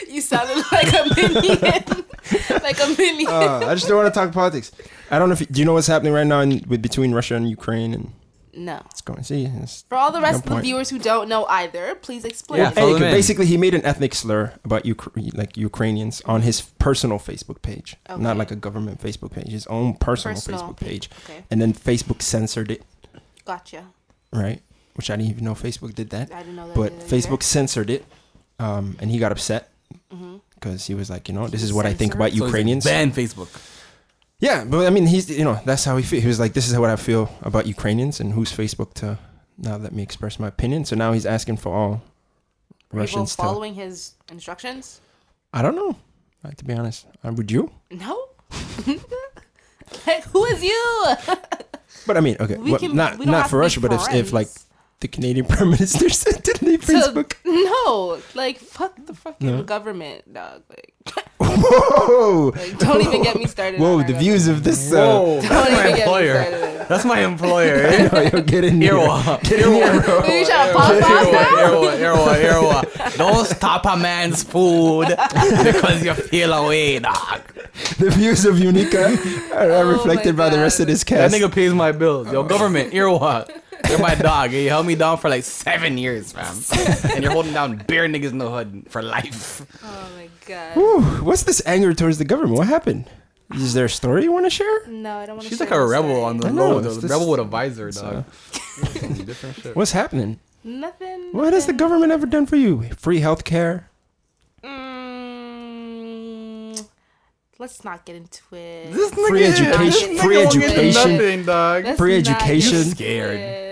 You sounded like a minion. like a minion.
Uh, I just don't want to talk politics. I don't know if you, do you know what's happening right now in, with between Russia and Ukraine, and
no.
it's going see. It's,
For all the rest
No
of the
point.
viewers who don't know either, please explain.
Yeah,
Hey,
Follow him in.
basically, he made an ethnic slur about Ukra- like Ukrainians on his personal Facebook page,
Okay.
not like a government Facebook page, his own personal,
Personal.
Facebook page,
Okay.
and then Facebook censored it,
Gotcha.
right? Which I didn't even know Facebook did that.
I didn't know that.
but
either. Mm-hmm.
Facebook censored it, um, and he got upset because he was like, you know, this is what I think about
So it's
Ukrainians.
ban Facebook.
yeah, but I mean, he's you know that's how he feel. He was like, this is what I feel about Ukrainians, and who's Facebook to now let me express my opinion? So now he's asking for all
Were people
Russians to.
following his instructions?
I don't know. uh, To be honest, Uh, would you?
No. like who is you?
But I mean, okay,
We
well,
can-
not
we don't
not
have
for
to
Russia,
be
but if, if like
friends.
the Canadian Prime Minister said to leave
So-
Facebook,
No, like fuck the fucking
No.
government, dog. Like,
whoa,
like, don't even get me started.
whoa,
on
the
our
views of this. Uh,
government. Don't
that's my
even get me
employer.
started.
That's my employer. eh?
yo, get in here.
Earwa.
Get in here, bro.
Are you trying to pop off now?
Earwa, Earwa, Earwa. Don't stop a man's food because you feel away, dog.
the views of Unica are, are
Oh
reflected
my
by the rest
God.
of this
That
cast.
nigga pays my bills. Yo, government, Earwa. You're my dog. You held me down for like seven years, fam. and you're holding down bare niggas in the hood for life.
Oh my god.
Whew, what's this anger towards the government? What happened? Is there a story you want to share?
No, I don't want to.
She's like a rebel on the
I know,
low,
it's
though.
this-
rebel with a visor,
it's,
dog.
uh,
Some different shit.
What's happening?
nothing.
What has the
nothing.
government ever done for you? Free healthcare?
Mm, let's not get into it.
This nigga,
Free education-
This nigga
free
won't get
education.
Nothing, dog.
Let's
free
not get
education.
into
Scared.
it.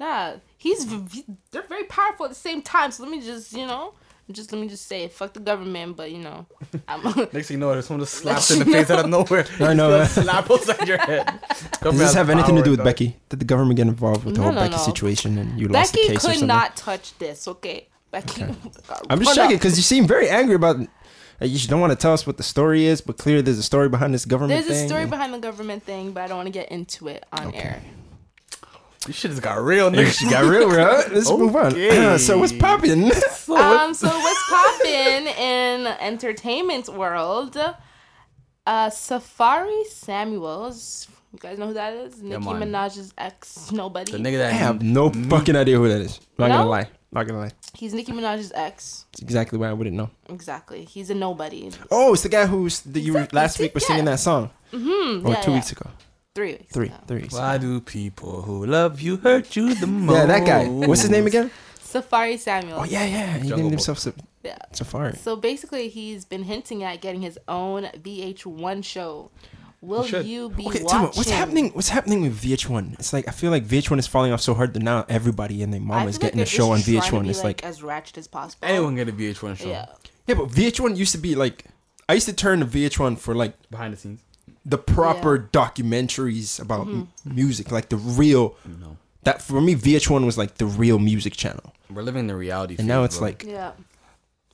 Nah, he's v- v- they're very powerful at the same time. So let me just you know, just let me just say, it. fuck the government, but you know, I'm.
Next thing you know, there's someone just slaps
Let
in the
you
face out of nowhere.
I know,
Just
right?
Slap upside your head.
Does this have anything to do with Becky? Did the government get involved with the
No,
whole
no,
Becky
no.
situation and you lost the
Becky
case or
could
something?
not touch this. Okay, Becky. oh got
I'm just
run
checking
up.
because you seem very angry about. uh, You don't want to tell us what the story is, but clearly there's a story behind this government
There's a
thing.
story behind the government thing, but I don't want to get into it on air.
This shit just got real, nigga.
She got real, bro. Uh, Let's move
Okay.
on. so what's popping?
Um, so what's poppin' in entertainment world? Uh, Safari Samuels. You guys know who that is? Nicki
man.
Minaj's ex. Nobody.
the nigga
I
that
have no fucking idea who that is. Not
No?
gonna lie. Not gonna lie.
He's Nicki Minaj's ex.
It's exactly why I wouldn't know.
Exactly. He's a nobody.
Oh, it's the guy who's that you were
Exactly,
last
see,
week was
yeah.
singing that song.
Mm-hmm.
Or
yeah,
two
yeah.
weeks ago.
Three weeks.
Three.
ago.
Three weeks ago.
Why do people who love you hurt you the most?
Yeah, that guy. What's his name again?
Safari Samuels.
Oh yeah, yeah. He
Jungle
named
Book.
himself Sa-
Yeah.
Safari.
So basically, he's been hinting at getting his own VH1 show. Will
should.
you be
Okay, tell
watching?
me, what's happening? What's happening with VH1? It's like I feel like VH1 is falling off so hard that now everybody and their
I
mom is
feel like
getting
they're
a show on
just trying
VH1.
to be,
It's like,
as ratchet as possible.
Anyone get a VH1 show?
Yeah.
yeah, but VH1 used to be like I used to turn to VH1 for like
Behind the scenes.
the proper documentaries about m-
Mm-hmm.
music, like the real.
No.
That for me, VH1 was like the real music channel,
We're living the reality.
and
phase,
now it's
bro.
like
Yeah.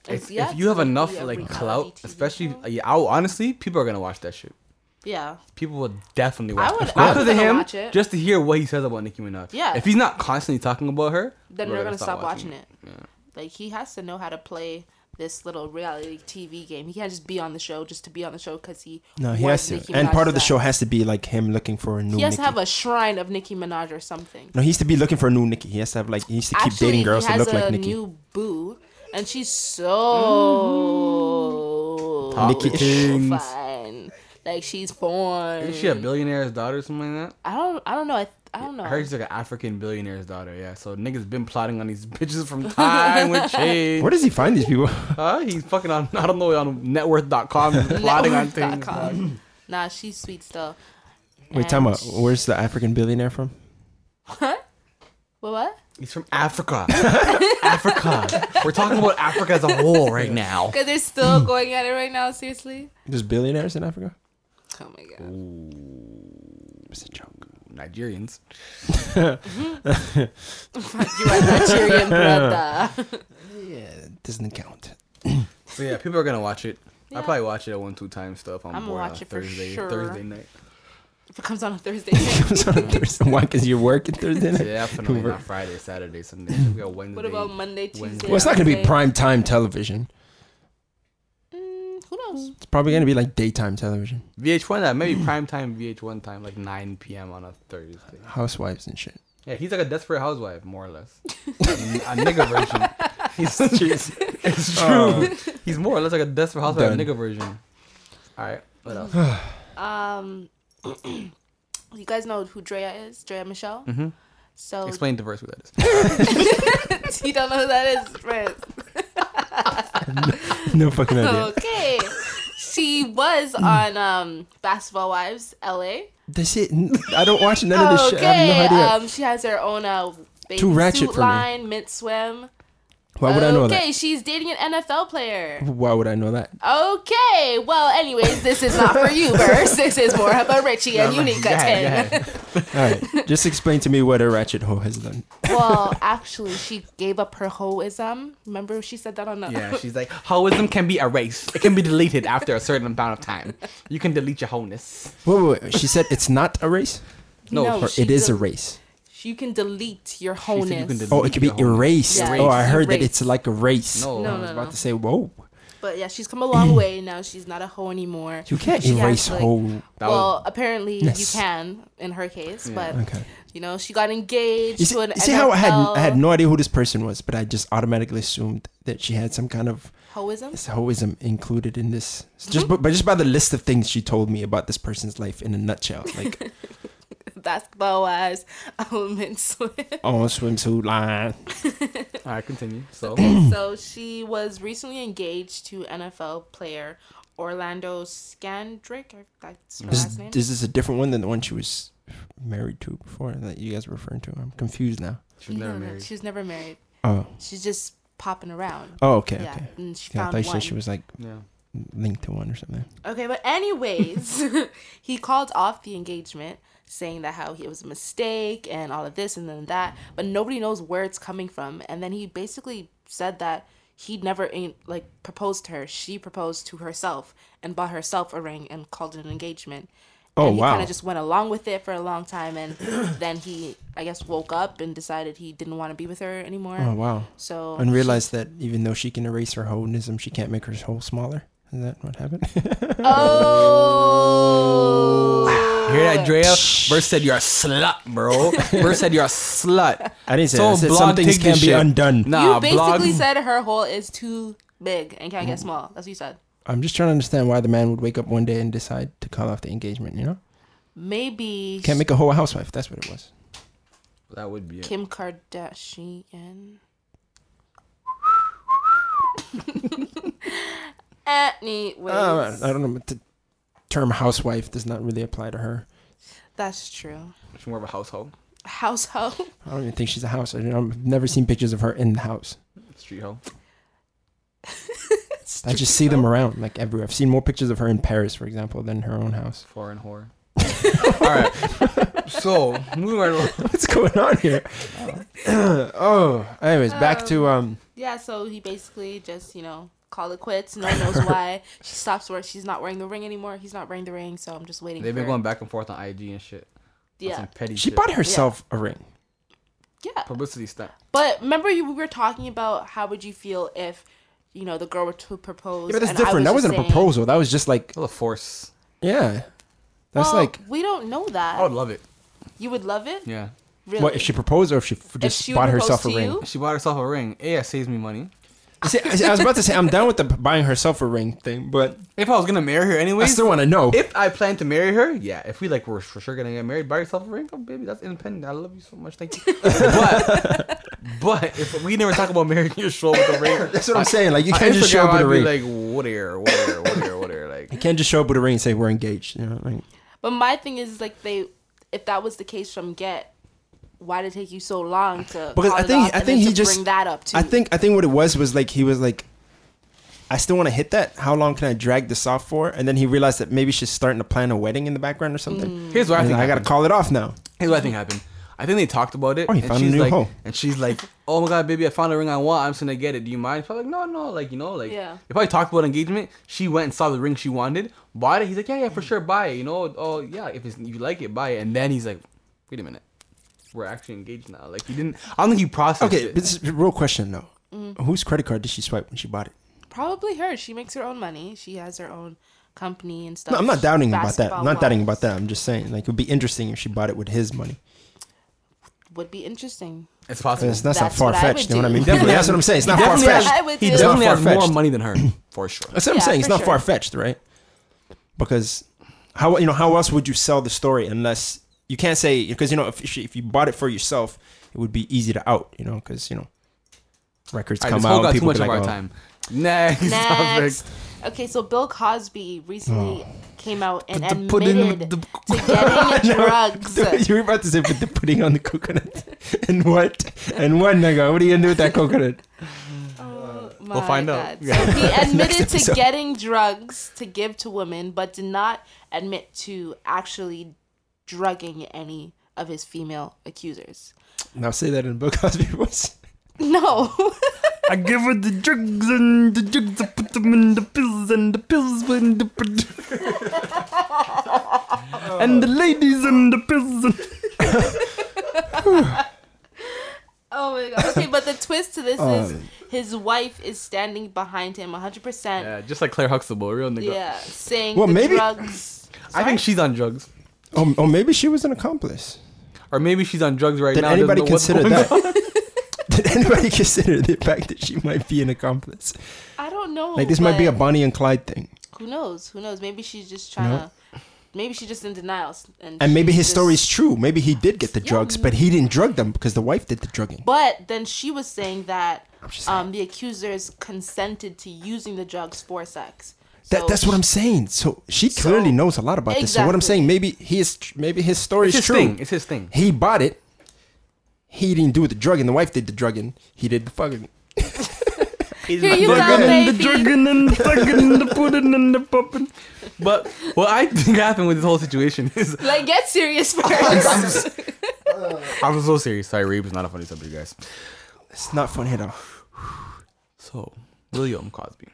If,
yeah,
if you have
like
enough
a
like
reality
clout,
TV
especially
show.
yeah, I, honestly, people are gonna watch that shit.
yeah,
People will definitely
I
watch.
would-
it.
I
Not
would
because of
gonna
him,
watch it.
just to hear what he says about Nicki Minaj.
Yeah.
If he's not constantly talking about her,
then
we're
they're gonna stop watching it. Like he has to know how to play this little reality TV game. He can't just be on the show just to be on the show because he
no, he
wants
has to.
Nicki
And part of the
Minaj's
show
ass.
has to be like him looking for a new.
he has to
Nicki.
have a shrine of Nicki Minaj or something.
No, he used to be looking for a new Nikki. He has to have like he used to keep
Actually,
dating girls
he
that
has
look
a
like Nikki.
new boo, and she's so
Mm-hmm.
Nicki
Tings.
fine. Like she's born.
Is she a billionaire's daughter or something like that?
I don't. I don't know. I, I don't know.
I heard she's like an African billionaire's daughter. Yeah, so niggas been plotting on these bitches from time with change.
Where does he find these people?
Huh? He's fucking on. I don't know on networth.com. He's plotting on things. dog.
Network.com. nah, she's sweet still.
Wait, time out. Where's the African billionaire from?
What? What?
He's from Africa. Africa. We're talking about Africa as a whole right now.
Because they're still going at it right now. Seriously.
There's billionaires in Africa.
Oh my god.
It's a joke.
Nigerians.
You are Nigerian brother.
Yeah, it doesn't count.
So yeah, people are gonna watch it. I
Yeah.
probably watch it at one two times stuff. I'm,
I'ma
bored
watch
on uh,
it for
Thursday,
sure.
Thursday night.
If it comes on a Thursday, night.
It's on a Thursday. Why? Because you're working Thursday night.
Yeah, definitely not Friday, Saturday, Sunday. We got Wednesday.
what about Monday, Tuesday?
Wednesday.
Well, it's not gonna be
Wednesday?
prime time television.
Mm, knows?
It's probably gonna be like daytime television,
VH1 that uh, maybe prime time VH1 time like 9 p.m. on a Thursday.
housewives and shit.
Yeah, he's like a desperate housewife, more or less. a nigga version. He's, it's true. he's more or less like a desperate housewife,
Done.
nigga version. All right, what else?
Um, you guys know who Drea is? Drea Michelle. Mm-hmm. So
Explain the verse with that is.
you don't know who that is, friends.
No fucking idea.
Okay. she was on um, Basketball Wives LA.
That's it. N- I don't watch none of this shit. I
Okay.
have no idea.
um, she has her own uh, bathing
Too ratchet
suit
for me.
line, mint swim.
Why would I know
okay, she's dating an NFL player.
that? Why would I know that?
Okay, well, anyways, this is not for you, Verse. This is more of a Richie and Unica
Go ahead,
thing.
go ahead.
All right, just explain to me what a ratchet hoe has done.
Well, actually, she gave up her hoism. Remember, she said that on the.
Yeah, she's like, hoism can be erased. It can be deleted after a certain amount of time. You can delete your wholeness.
Wait, wait, wait. She said it's not a race,
No,
or
she
it is a
del-
race.
You can delete your
you can
wholeness.
delete-
Oh, it could be
Yeah.
erased.
Yeah.
Oh, I heard that it's
Erased.
like a race.
No,
No,
I was
no,
about
no.
to say, whoa,
But yeah, she's come a long way now. She's not a hoe anymore.
you can't
She has,
erase
like-
whole.
That
well,
was-
apparently
Yes.
you can in her case, but
Okay.
you know she got engaged
You see,
to an
you see how I had I had
NFL
no idea who this person was, but I just automatically assumed that she had some kind of
hoism.
this hoism included in this.
Mm-hmm.
Just but, but just by the list of things she told me about this person's life in a nutshell, like
Basketball wise, element swim.
oh swimsuit line.
All right, continue. So,
Oh.
so she was recently engaged to NFL player Orlando Scandrick. or That's her
Is,
last name.
is this a different one than the one she was married to before that you guys were referring to? I'm confused now.
she's never
no, no,
married.
she was never married.
Oh,
She's just popping around.
oh, okay,
yeah,
okay.
and she
Yeah, I
found
thought you
one.
said she was like
Yeah.
linked to one or something.
Okay, but anyways, he called off the engagement, saying that how it was a mistake and all of this and then that, but nobody knows where it's coming from. And then he basically said that he never in- like proposed to her; she proposed to herself and bought herself a ring and called it an engagement.
Oh,
and he
wow.
Kind of just went along with it for a long time, and then he, I guess, woke up and decided he didn't want to be with her anymore.
Oh wow!
So
And
she-
realized that even though she can erase her holism, she can't make her hole smaller. Is that what happened?
Oh.
Hear that, Drea? Verse said you're a slut, bro. Verse said you're a slut.
I didn't say
Don't
that. I said
blog
some things
take
can
this
be
shit.
undone.
Nah,
you basically
blog-
said her hole is too big and can't get small. That's what you said.
I'm just trying to understand why the man would wake up one day and decide to call off the engagement. You know,
Maybe
can't make a whole housewife. That's what it was.
That would be it.
Kim Kardashian. Anyways,
Uh, I don't know. But the term housewife does not really apply to her.
that's true.
She's more of a household,
House hoe.
I don't even think she's a house. I mean, I've never seen pictures of her in the house.
street hoe.
I just see them around, like everywhere. I've seen more pictures of her in Paris, for example, than her own house.
Foreign whore. All right. So moving right along.
What's going on here? oh, anyways, back to um.
Yeah, so he basically just, you know, call it quits. No one knows why. She stops where she's not wearing the ring anymore. He's not wearing the ring, so I'm just waiting
They've
for
been going back and forth on IG and shit. on
Yeah.
Some petty
She
shit.
bought herself a ring.
Yeah.
publicity stunt.
But remember, you, we were talking about how would you feel if, you know, the girl were to propose.
Yeah, but that's
and I
different.
was
That
just
wasn't a
saying-
proposal. That was just like,
That was a force.
yeah. That's
Well,
like, Oh.
we don't know that.
I would love it.
you would love it.
Yeah.
Really?
what if she proposed or if she f- just
she would
bought
propose
herself a
to
ring?
you?
She bought herself a ring. A, it saves me money.
See, I see, I was about to say I'm down with the buying herself a ring thing, but
If I was gonna marry her
I
anyways.
still want to know.
if I plan to marry her, yeah. If we like, we're for sure gonna get married. Buy yourself a ring, oh baby. That's independent. I love you so much. Thank you. but, but if we never talk about marrying your soul with a ring,
That's what I'm saying. Like you can't just show up with a ring.
Like what air, what air, what air, what air. Like
you can't just show up with a ring and say we're engaged. You know, like
But my thing is like they, if that was the case from get, why did it take you so long to?
because
call
I
it
think
off
I
and
think
then
he
to
just
bring that up too.
I think I think what it was was like he was like, I still want to hit that. How long can I drag this off for? And then he realized that maybe she's starting to plan a wedding in the background or something.
Mm.
here's what I
And
think.
I gotta
happened.
call it off now.
Here's what I think happened. I think they talked about it,
Oh, he
and
found a
she's
new
like,
hoe.
and she's like, "Oh my god, baby, I found a ring I want. I'm just gonna get it. Do you mind?" She's like, "No, no, like you know, like
Yeah.
if I talked about engagement, she went and saw the ring she wanted, bought it. He's like, "Yeah, yeah, for
Mm.
sure, buy it. You know, oh yeah, if it's, you like it, buy it." And then he's like, "Wait a minute, we're actually engaged now." Like he didn't. I don't think he processed
Okay,
it.
Mm.
this is a real question though. Whose credit card did she swipe when she bought it?
Probably her. She makes her own money. She has her own company and stuff.
No, I'm not doubting about that. I'm not doubting
Basketball-wise.
about that. I'm just saying, like, it would be interesting if she bought it with his money.
Would be interesting.
It's
And
possible.
it's not
That's
far
what I would
fetched. You know what I
do.
mean?
He definitely
that's what I'm saying. It's not
He
far
definitely has-
fetched.
I would
He
do.
definitely
It's
has
not
more
far-fetched.
money than her, for sure.
That's what I'm
Yeah,
saying. It's
for
not
sure.
far fetched, right? Because how you know how else would you sell the story unless you can't say because you know if she, if you bought it for yourself, it would be easy to out. You know because you know records
All right,
come
this whole
out.
got too
people
much
be
of
like,
our
oh.
time. Next,
Next.
topic.
Okay, so Bill Cosby recently came out and
Oh. the pudding in
admitted
the-
to getting drugs.
you were about to say, but the pudding on the coconut, and what, and what, nigga? What are you gonna do with that coconut?
My
We'll find out.
God. So he admitted
Next
to
episode.
getting drugs to give to women, but did not admit to actually drugging any of his female accusers.
Now say that in Bill Cosby voice.
No.
I give her the drugs and the drugs. I put them in the pills and the pills in the. and the ladies and the pills. And-
Oh my god. Okay, but the twist to this
Oh.
is his wife is standing behind him 100%. Yeah,
yeah, just like Claire Huxtable, real nigga.
saying
Well,
the
maybe-
drugs.
I think she's on drugs,
Oh, oh, maybe she was an accomplice.
or maybe she's on drugs right
Did
now. doesn't
anybody
know what's
consider
going
that?
on.
Did anybody consider the fact that she might be an accomplice?
I don't know.
Like this might be a
but
Bonnie and Clyde thing,
Who knows? Who knows? Maybe she's just trying
No.
to. Maybe she's just in denial. And,
and maybe
she's
his
just-
story's true. Maybe he did get the
Yeah,
drugs,
m-
but he didn't drug them because the wife did the drugging.
But then she was saying that
just
um, the accusers consented to using the drugs for sex.
That,
So
that's what I'm saying. So she clearly knows a lot about this. So what I'm
Exactly.
saying, maybe he is, tr- maybe his story
It's
is
his
true.
thing. It's his thing.
He bought it. He didn't do the drugging. The wife did the drugging. He did the fucking.
Here you go,
and
baby.
the the pudding and the popping. But what I think happened with this whole situation is
Like, get serious first. Oh
I'm so serious. Sorry, rape is not a funny subject, guys.
It's not funny at all.
So William Cosby,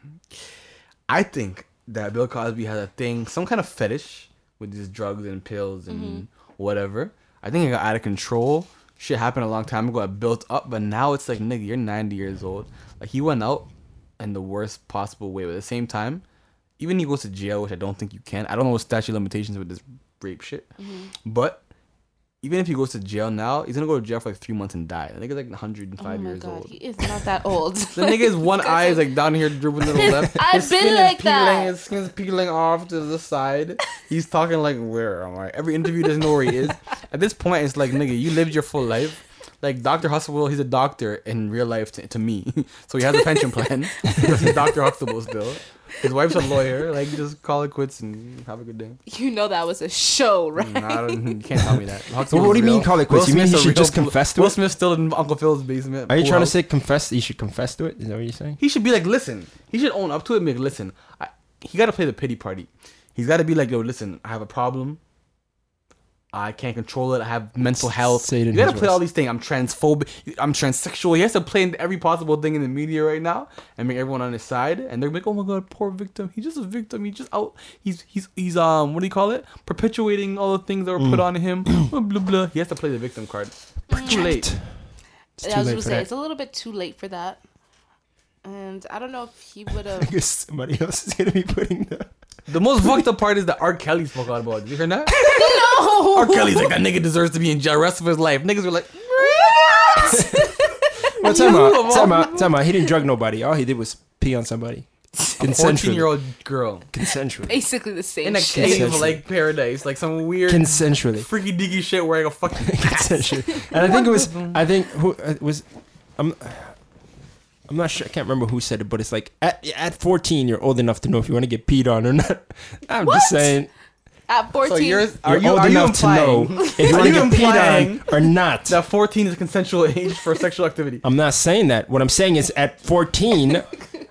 I think that Bill Cosby has a thing, some kind of fetish with these drugs and pills and
Mm-hmm.
whatever. I think it got out of control. Shit happened a long time ago. It built up, but now it's like, nigga, you're 90 years old. Like he went out in the worst possible way, but at the same time, even he goes to jail, which I don't think you can. I don't know what statute of limitations with this rape shit,
Mm-hmm.
but even if he goes to jail now, he's gonna go to jail for like three months and die. The nigga's like 105
oh my
years
god,
old.
he is not that old.
The nigga is one eye is like down here drooping to the left.
I've been
skin is
like
peeling,
that.
His skin's peeling off to the side. He's talking like, where am I? Every interview doesn't know where he is. At this point, it's like, nigga, you lived your full life. Like Dr. Huxtable, he's a doctor in real life to, to me. So he has a pension plan. he's Dr. Huxtable still. His wife's a lawyer. Like, just call it quits and have a good day.
you know that was a show,
Mm,
right?
Nah, I don't- you can't tell me that.
Well, what do you mean call it quits? You mean he
Smith's a
should
real-
just confess to
Will
it?
Smith's still in Uncle Phil's basement.
Are you
pool
trying to
house.
say confess? You should confess to it. Is that what you're saying?
He should be like, listen. He should own up to it. And be like, listen. I, he got to play the pity party. He's got to be like, yo, listen. I have a problem. I can't control it. I have mental health.
Say it in
you got to
his
play all
words.
these things. I'm transphobic. I'm transsexual. He has to play into every possible thing in the media right now and make everyone on his side. And they're like, oh my god, poor victim. He's just a victim. He's just out. He's he's he's um what do you call it? Perpetuating all the things that were put on him. blah blah blah. He has to play the victim card. Too late.
It's too
I was
late
gonna
for
say
that.
it's a little bit too late for that. And I don't know if he would have.
Because somebody else is gonna be putting the.
The most fucked up part is that R. Kelly spoke out about it. Did you hear that?
no.
R. Kelly's like that nigga deserves to be in jail the rest of his life. Niggas were like,
Well, time
of all
out, time out, time out. He didn't drug nobody. All he did was pee on somebody.
fourteen year
Consensually.
old girl
Consensually.
Basically the same
in a
shit.
cave
Consensual.
like paradise, like some weird
Consensually.
freaky deaky shit wearing a fucking.
Consensually. And I think it was. I think who uh, was. I'm. I'm not sure. I can't remember who said it, but it's like at at 14, you're old enough to know if you want to get peed on or not. I'm
What?
just saying.
At 14.
So yours
You're
are you
old
are you
enough to know
implying
if you
Are
want to
you
get
implying
peed on or not.
that fourteen is a consensual age for sexual activity?
I'm not saying that. What I'm saying is at 14,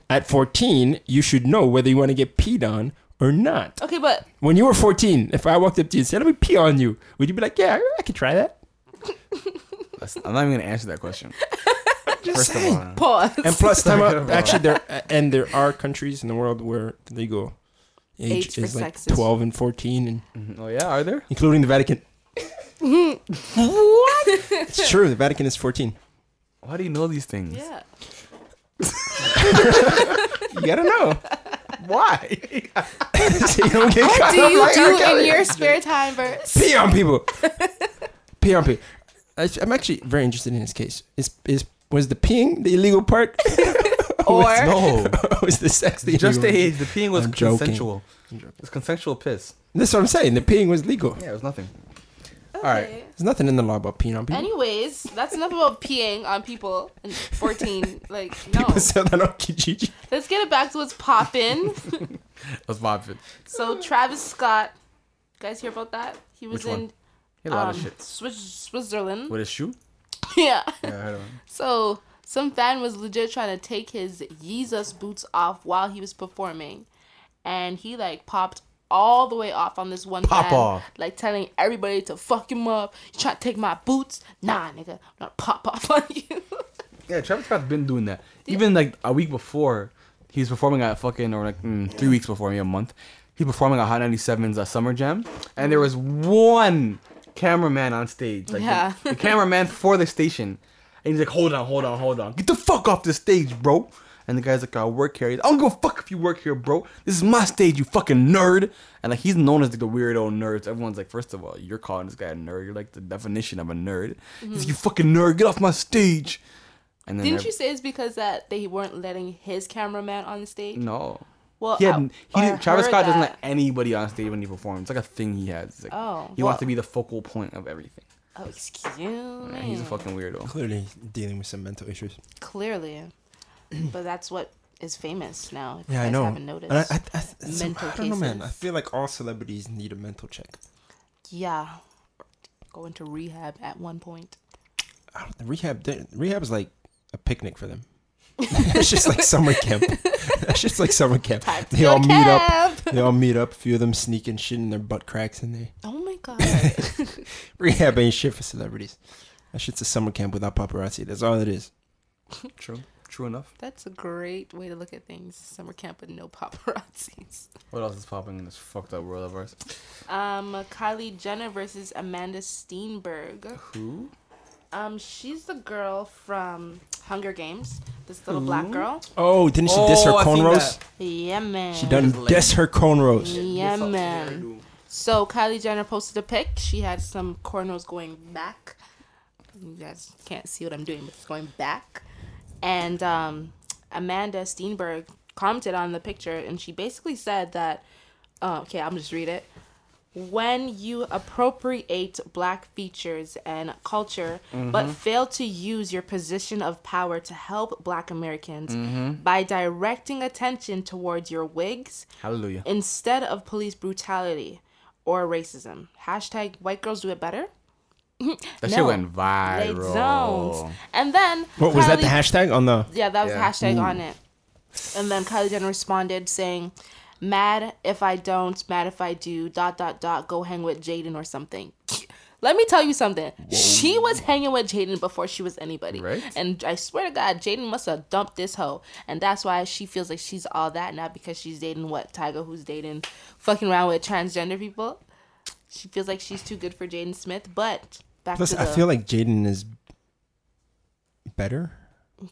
at 14, you should know whether you want to get peed on or not.
Okay, but
When you were 14, if I walked up to you and said, let me pee on you, would you be like, yeah, I could try that?
That's- I'm not even gonna answer that question. First of all,
pause.
And plus, time out, actually, there and there are countries in the world where the legal age,
Age for
is like
sex is-
12 and 14, and
oh yeah, are there?
including the Vatican.
what?
It's true, the Vatican is 14.
Why do you know these things?
Yeah.
You gotta know.
Why?
so you don't get
What
caught
do
up
you
like R.
do
Kelly.
in your spare time, verse?
pee on people. pee on people. I- I'm actually very interested in this case. Is is was the peeing the illegal part? Oh,
Or
No.
was the sex the
Just the
illegal?
age. The peeing was
I'm joking.
consensual. It's consensual piss.
That's what I'm saying. The peeing was legal.
Yeah, it was nothing.
okay.
right.
There's nothing in the law about peeing on people.
Anyways, that's enough about peeing on people in 14. Like, no.
People sell that on Kijiji.
Let's get it back to what's poppin'.
That's vibing.
so, Travis Scott, you guys hear about that? He was
Which one?
in
He had a lot
um,
of shit.
Swiss- Switzerland.
With his shoe?
Yeah.
Yeah, I heard of him.
So, some fan was legit trying to take his Yeezus boots off while he was performing. And he, like, popped all the way off on this one
Pop
fan,
off.
Like, telling everybody to fuck him up. You trying to take my boots? Nah, nigga. I'm gonna pop off on you.
Yeah, Travis Scott's been doing that. Even like a week before, he was performing at fucking, or like mm, three weeks before, maybe a month. He was performing at Hot 97's uh, Summer Jam, and there was one cameraman on stage. Like the-
Yeah.
the, cameraman for the station. And he's like, hold on, hold on, hold on. Get the fuck off the stage, bro. And the guy's like, I work here. He's like, I don't give a fuck if you work here, bro. This is my stage, you fucking nerd. And like, he's known as like, the weirdo nerd. So Everyone's like, first of all, you're calling this guy a nerd. You're like the definition of a nerd. He's like, you fucking nerd. Get off my stage. And then
Didn't
ev-
you say it's because that they weren't letting his cameraman on the stage?
No.
Well,
He had
I-
Mm. he
I
didn't Travis
heard
Scott doesn't
that.
let anybody on stage when he performs. It's like a thing he has. It's like,
Oh,
he
well-
wants to be the focal point of everything.
Oh, excuse me.
And he's a fucking weirdo.
Clearly dealing with some mental issues.
Clearly, but that's what is famous now. If
Yeah,
you guys
I know.
Haven't noticed.
And I, I, I, some-
Mental
I don't know, man. I
cases.
feel like all celebrities need a mental check.
yeah, go into rehab at one point.
I don't, rehab, they- rehab is like a picnic for them. it's just like summer camp. It's just like summer camp.
Time to
They
go
all
to
meet up.
camp.
They all meet up. A few of them sneaking shit in their butt cracks, and they
Oh my god.
rehab ain't shit for celebrities. That shit's a summer camp without paparazzi. That's all it is.
True. True enough.
That's a great way to look at things. Summer camp with no paparazzis.
What else is popping in this fucked up world of ours?
Um, Kylie Jenner versus Amanda Steenberg.
Who?
Um, she's the girl from Hunger Games. This little black girl.
Oh, didn't she diss her
Oh, I seen
cornrows?
Yeah, man.
She done diss her cornrows.
Yeah, man. So Kylie Jenner posted a pic. She had some cornrows going back. You guys can't see what I'm doing, but it's going back. And um, Amanda Steenberg commented on the picture, and she basically said that. Uh, okay, I'm just read it. When you appropriate black features and culture, but fail to use your position of power to help black Americans by directing attention towards your wigs,
Hallelujah.
instead of police brutality or racism. Hashtag white girls do it better.
That
No,
shit went
They
viral.
don't. And then
What was that? The
Kylie-
hashtag Oh, on the
Yeah, that was
Yeah.
the hashtag on it. And then Kylie Jenner responded saying, "Mad if I don't, mad if I do. Dot dot dot. Go hang with Jaden or something." Let me tell you something. She was hanging with Jaden before she was anybody.
Right?
And I swear to God, Jaden must have dumped this hoe. And that's why she feels like she's all that now because she's dating what? Tiger, who's dating fucking around with transgender people. She feels like she's too good for Jaden Smith. But back
Plus,
to the.
I feel like Jaden is better.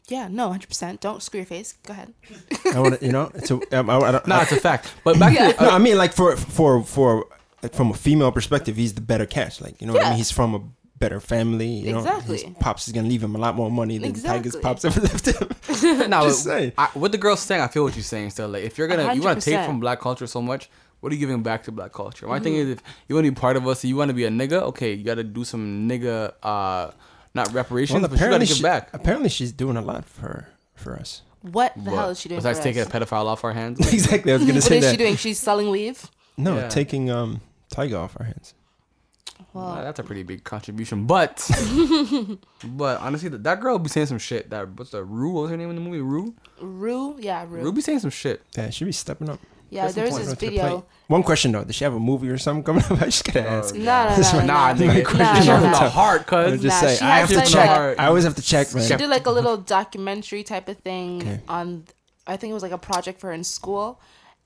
yeah, no, 100%. Don't screw your face. Go ahead.
I want to, you know. So um, I, I don't.
Nah, it's a fact. But back
Yeah.
to
no, I mean, like for for for from a female perspective, he's the better catch. Like you know, what I
Yeah.
mean, he's from a better family. You know,
Exactly.
His pops is gonna leave him a lot more money than Tiger's
Exactly.
pops ever left him.
now,
Just saying.
I, what the girl's saying, I feel what you're saying. Still, like if you're gonna, you want to take
100%.
from black culture so much, what are you giving back to black culture? My thing
Mm-hmm.
is, if you want to be part of us, you want to be a nigga. Okay, you got to do some nigga, uh, not reparations,
Well,
but you got to
apparently,
give
she-
back.
apparently, she's doing a lot for for us.
What the hell is she doing?
Besides
for
taking
us?
a pedophile off our hands.
exactly, I was gonna
What
say
is
that.
she doing? She's selling weave.
No,
Yeah.
taking um Tiger off our hands.
Nah, that's a pretty big contribution, but but honestly, that, that girl be saying some shit. That what's the Rue? What was her name in the movie? Rue.
Rue, yeah, Rue.
Rue be saying some shit.
Yeah, she be stepping up.
yeah,
That's
there's
important
this
to the
video.
plate. One question though: Does she have a movie or something coming up? I just gotta
Oh,
ask.
No, no,
That's
no,
my-
no,
Nah,
no.
nigga,
Nah,
she
nah,
from the
nah.
heart,
I
cuz.
just say
she
I have
has
to
like
check.
a-
I always have to check, man.
She did like a little documentary type of thing
Okay.
on, I think it was like a project for her in school,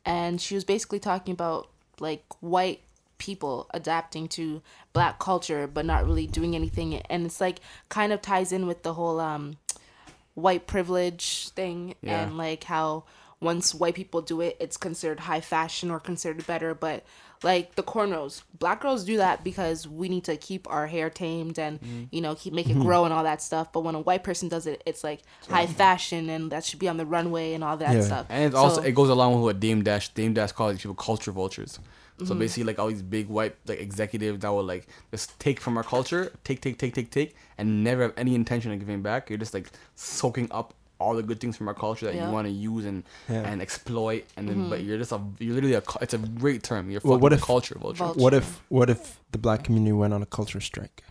and she was basically talking about like white people adapting to black culture but not really doing anything, and it's like kind of ties in with the whole um, white privilege thing
Yeah.
and like how once white people do it, it's considered high fashion or considered better. But like the cornrows, black girls do that because we need to keep our hair tamed and
Mm-hmm.
you know keep make it
Mm-hmm.
grow and all that stuff. But when a white person does it, it's like high fashion and that should be on the runway and all that
Yeah.
stuff.
And it's also
So-
it goes along with what Dame Dash Dame Dash calls these people culture vultures.
Mm-hmm.
So basically, like all these big white like executives that will like just take from our culture, take, take, take, take, take, and never have any intention of giving back. You're just like soaking up all the good things from our culture that
Yeah. Mm-hmm.
you want to use and
Yeah.
and exploit, and then but you're just a you're literally a cu- it's a great term. You're
Well,
fucking
what
a
if-
culture vulture.
Vulture.
What if what if the black community went on a culture strike?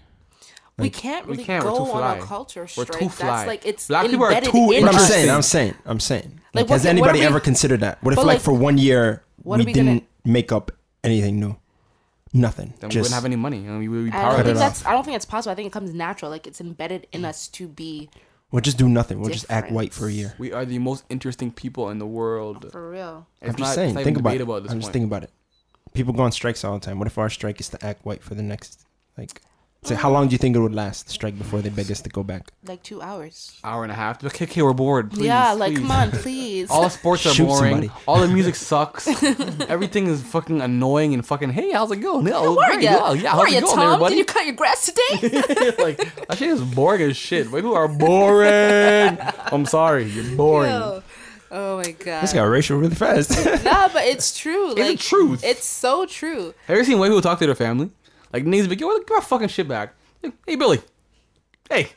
we
Like,
can't
we
really
can't, we're
go
too
on a
fly.
culture
We're
strike.
too fly.
That's like it's
Black people are
embedded
too
in
But I'm
us.
saying, I'm saying, I'm saying. Like,
Like,
has
what- what
anybody
are we-
ever considered that? What if
But,
like,
like,
for one year
what are
we,
we
didn't
gonna-
make up anything new, nothing,
Then we
just
wouldn't have any money, and we would be
I
Cut it
don't think
off.
powerless.
that's. I don't think it's possible. I think it comes natural. Like it's embedded in us to be
we'll just do nothing. We'll just act
Difference.
white for a year.
We are the most interesting people in the world.
for real.
I'm
It's
just
not-
saying,
it's not
think
even
about it.
debatable at this
I'm just
point.
thinking about it. People go on strikes all the time. What if our strike is to act white for the next like? So how long do you think it would last? The strike before they beg us to go back.
Like two hours.
hour and a half. Okay, okay, we're bored. Please,
yeah. Like
please.
come on, please.
All sports are
Shoot
boring.
somebody.
All the music sucks. Everything is fucking annoying and fucking. Hey, how's it going? Yeah,
Where are
great.
you?
Wow, yeah,
Where
how's
are you,
it going,
Tom?
everybody?
Did you cut your grass today?
like that shit is boring as shit. White people are boring. I'm sorry, you're boring.
Yo. Oh my god.
This got racial really fast.
Nah, but it's true. Like,
It's the truth.
It's so true.
Have you seen white people talk to their family? Like niggas be like, yo, give my fucking shit back. Like, hey Billy, hey,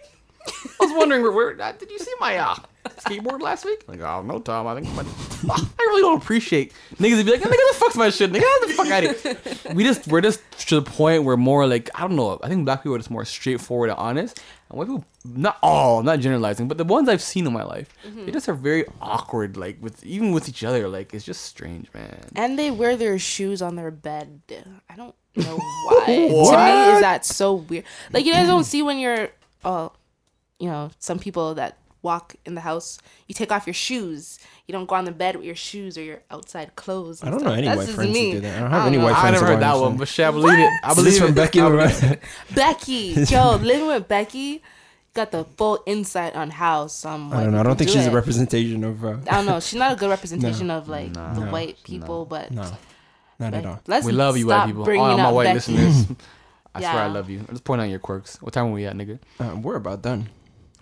I was wondering where, where uh, did you see my uh, skateboard last week? Like, I don't know, Tom. I think, but I really don't appreciate niggas. Would be like, nigga, the fuck's my shit? Nigga, get the fuck out of here. We just we're just to the point where more like I don't know. I think black people are just more straightforward and honest. And white people, not all, I'm not generalizing, but the ones I've seen in my life, they just are very awkward. Like with even with each other, like it's just strange, man.
And they wear their shoes on their bed. I don't know why. to me, is that so weird? Like you guys don't see when you're, oh, you know, some people that walk in the house, you take off your shoes. You don't go on the bed with your shoes or your outside clothes.
I
and
don't know
stuff.
any
That's
white
just
friends
me.
who do that. I don't have any
know.
white
I
friends.
never
who
heard that
are
one,
Asian.
but shit, I believe it. I
Is
believe
this from
it.
Becky?
I
or
believe
what?
Becky, yo, living with Becky, got the full insight on how some.
I
white
don't know. I don't
people
think
do
she's a
it.
representation of. Uh,
I don't know. She's not a good representation of like the white people, but
no, not
like,
at all.
let's
We love you,
stop
white people.
bringing
All my
up
white
Becky.
listeners. I swear I
Yeah.
love you. I'm just pointing out your quirks. What time are we at, nigga?
Uh, we're about done.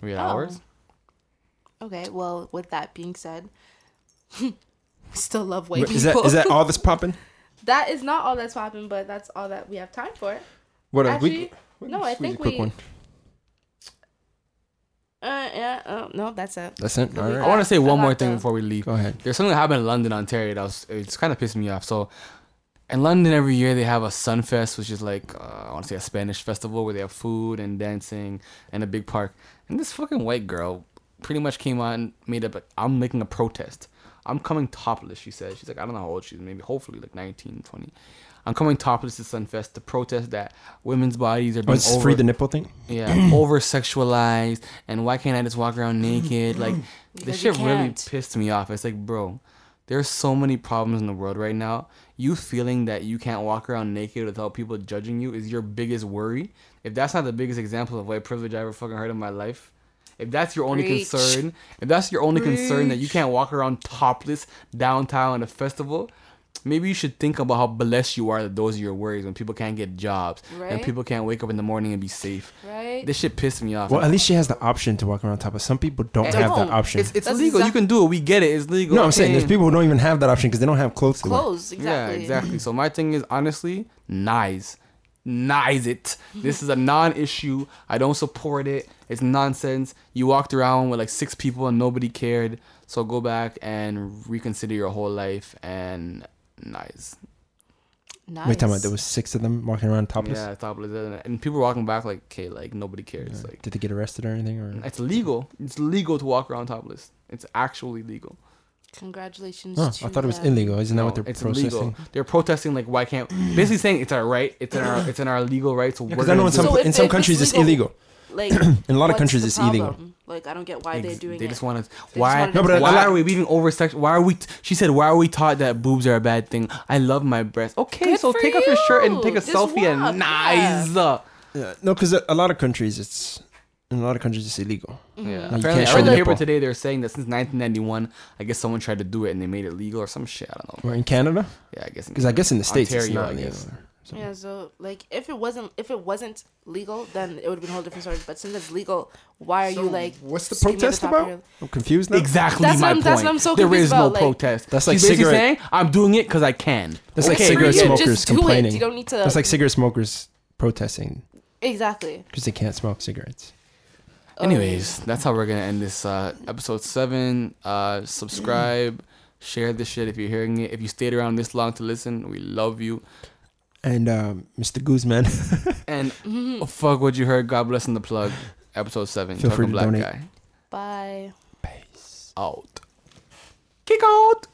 Are we at
Oh.
hours?
Okay, well, with that being said, we still love white
Wait, is
people.
that is that all that's popping?
that is not all that's popping, but that's all that we have time for.
What else?
Actually,
uh, we
no,
can
I
squeeze
think
a quick
we.
one.
Uh, yeah, oh, no, that's it.
That's it. All
we-
right.
I want to say
I
one more
got
thing
the-
before we leave.
Go ahead.
There's something that happened in London, Ontario. That was it's kind of pissed me off. So, in London every year they have a Sunfest, which is like uh, I want to say a Spanish festival where they have food and dancing and a big park. And this fucking white girl pretty much came on made up. I'm making a protest. I'm coming topless. She said. She's like I don't know how old she's. Maybe hopefully like 19, 20. I'm coming topless to Sunfest to protest that women's bodies are
Oh,
being
it's
over-
free the nipple thing.
yeah, over sexualized, and why can't I just walk around naked? Like, this
you
shit really
can't.
pissed me off. It's like, bro, there's so many problems in the world right now. You feeling that you can't walk around naked without people judging you is your biggest worry. If that's not the biggest example of white privilege I ever fucking heard in my life, if that's your only
Preach.
concern, if that's your only concern that you can't walk around topless downtown at a festival, maybe you should think about how blessed you are that those are your worries when people can't get jobs and
Right?
people can't wake up in the morning and be safe.
Right?
This shit pissed me off.
Well, at least she has the option to walk around top of. Some people don't
They
have that
don't.
option.
it's it's
That's
legal.
exact-
you can do it. We get it. It's legal.
no, I'm saying there's
Okay.
people who don't even have that option because they don't have clothes. to wear.
Clothes, exactly.
Yeah, exactly. So my thing is honestly, nice. Nice it. This is a non-issue. I don't support it. It's nonsense. You walked around with like six people and nobody cared. So go back and reconsider your whole life and nice.
Nice.
Wait, time out. There was six of them walking around topless.
Yeah, topless. And people walking back like, okay, like nobody cares. Like
Uh, Did they get arrested or anything? Or
it's legal. It's legal to walk around topless. It's actually legal.
Congratulations.
oh, I
to
thought it was
them.
illegal. Isn't that
No,
what they're
Oh, it's
processing?
illegal. They're protesting like why can't basically saying it's our right, it's in our it's in our legal rights. So we're
Because I know
gonna
in some
do
So
it.
if-
in some
if it's
countries it's
legal-
illegal.
Like,
In a lot of
what's
countries,
the
it's illegal.
problem? Like, I don't get why they're
Ex-
doing
they
it.
just want to.
just
Why?
wanted No, to
but I-
why
I-
are we being over sexual? Why are we? T- she said, "Why are we taught that boobs are a bad thing?" I love my breasts. Okay,
Good
so
for
take off your shirt and
you.
take a
Just
selfie
walk,
and nice.
Yeah, no, because a, a lot of countries it's in a lot of countries it's illegal.
Mm-hmm.
Yeah,
you
apparently,
can't
I
show
read the
the
paper
nipple.
today. They're saying that since 1991, I guess someone tried to do it and they made it legal or some shit. I don't know.
Or in Canada,
Yeah, I guess
because I guess in the states it's
Ontario,
not
I
legal.
guess.
So-
Yeah, so like if it wasn't if it wasn't legal, then it would have been a whole different story. But since it's legal, why are
So
you like?
what's the
screaming at
Protest
top of
about?
your-
I'm confused now.
Exactly
That's
my
what I'm-
point.
that's what I'm so
there
confused
is no
about, like-
protest.
That's like
She's basically
cigarette-
saying I'm doing it because I can.
That's like
Okay,
cigarette
just do it.
smokers
Just do it.
complaining.
You don't need to-
That's like cigarette smokers protesting
Exactly.
because they can't smoke cigarettes.
Anyways, that's how we're gonna end this uh, episode seven. Uh, subscribe, share this shit if you're hearing it. If you stayed around this long to listen, we love you.
And um, Mr. Guzman,
And oh, fuck what you heard. God bless in the plug. Episode seven.
Feel
Talking
free to
black
donate.
guy
Bye.
out. Kick out.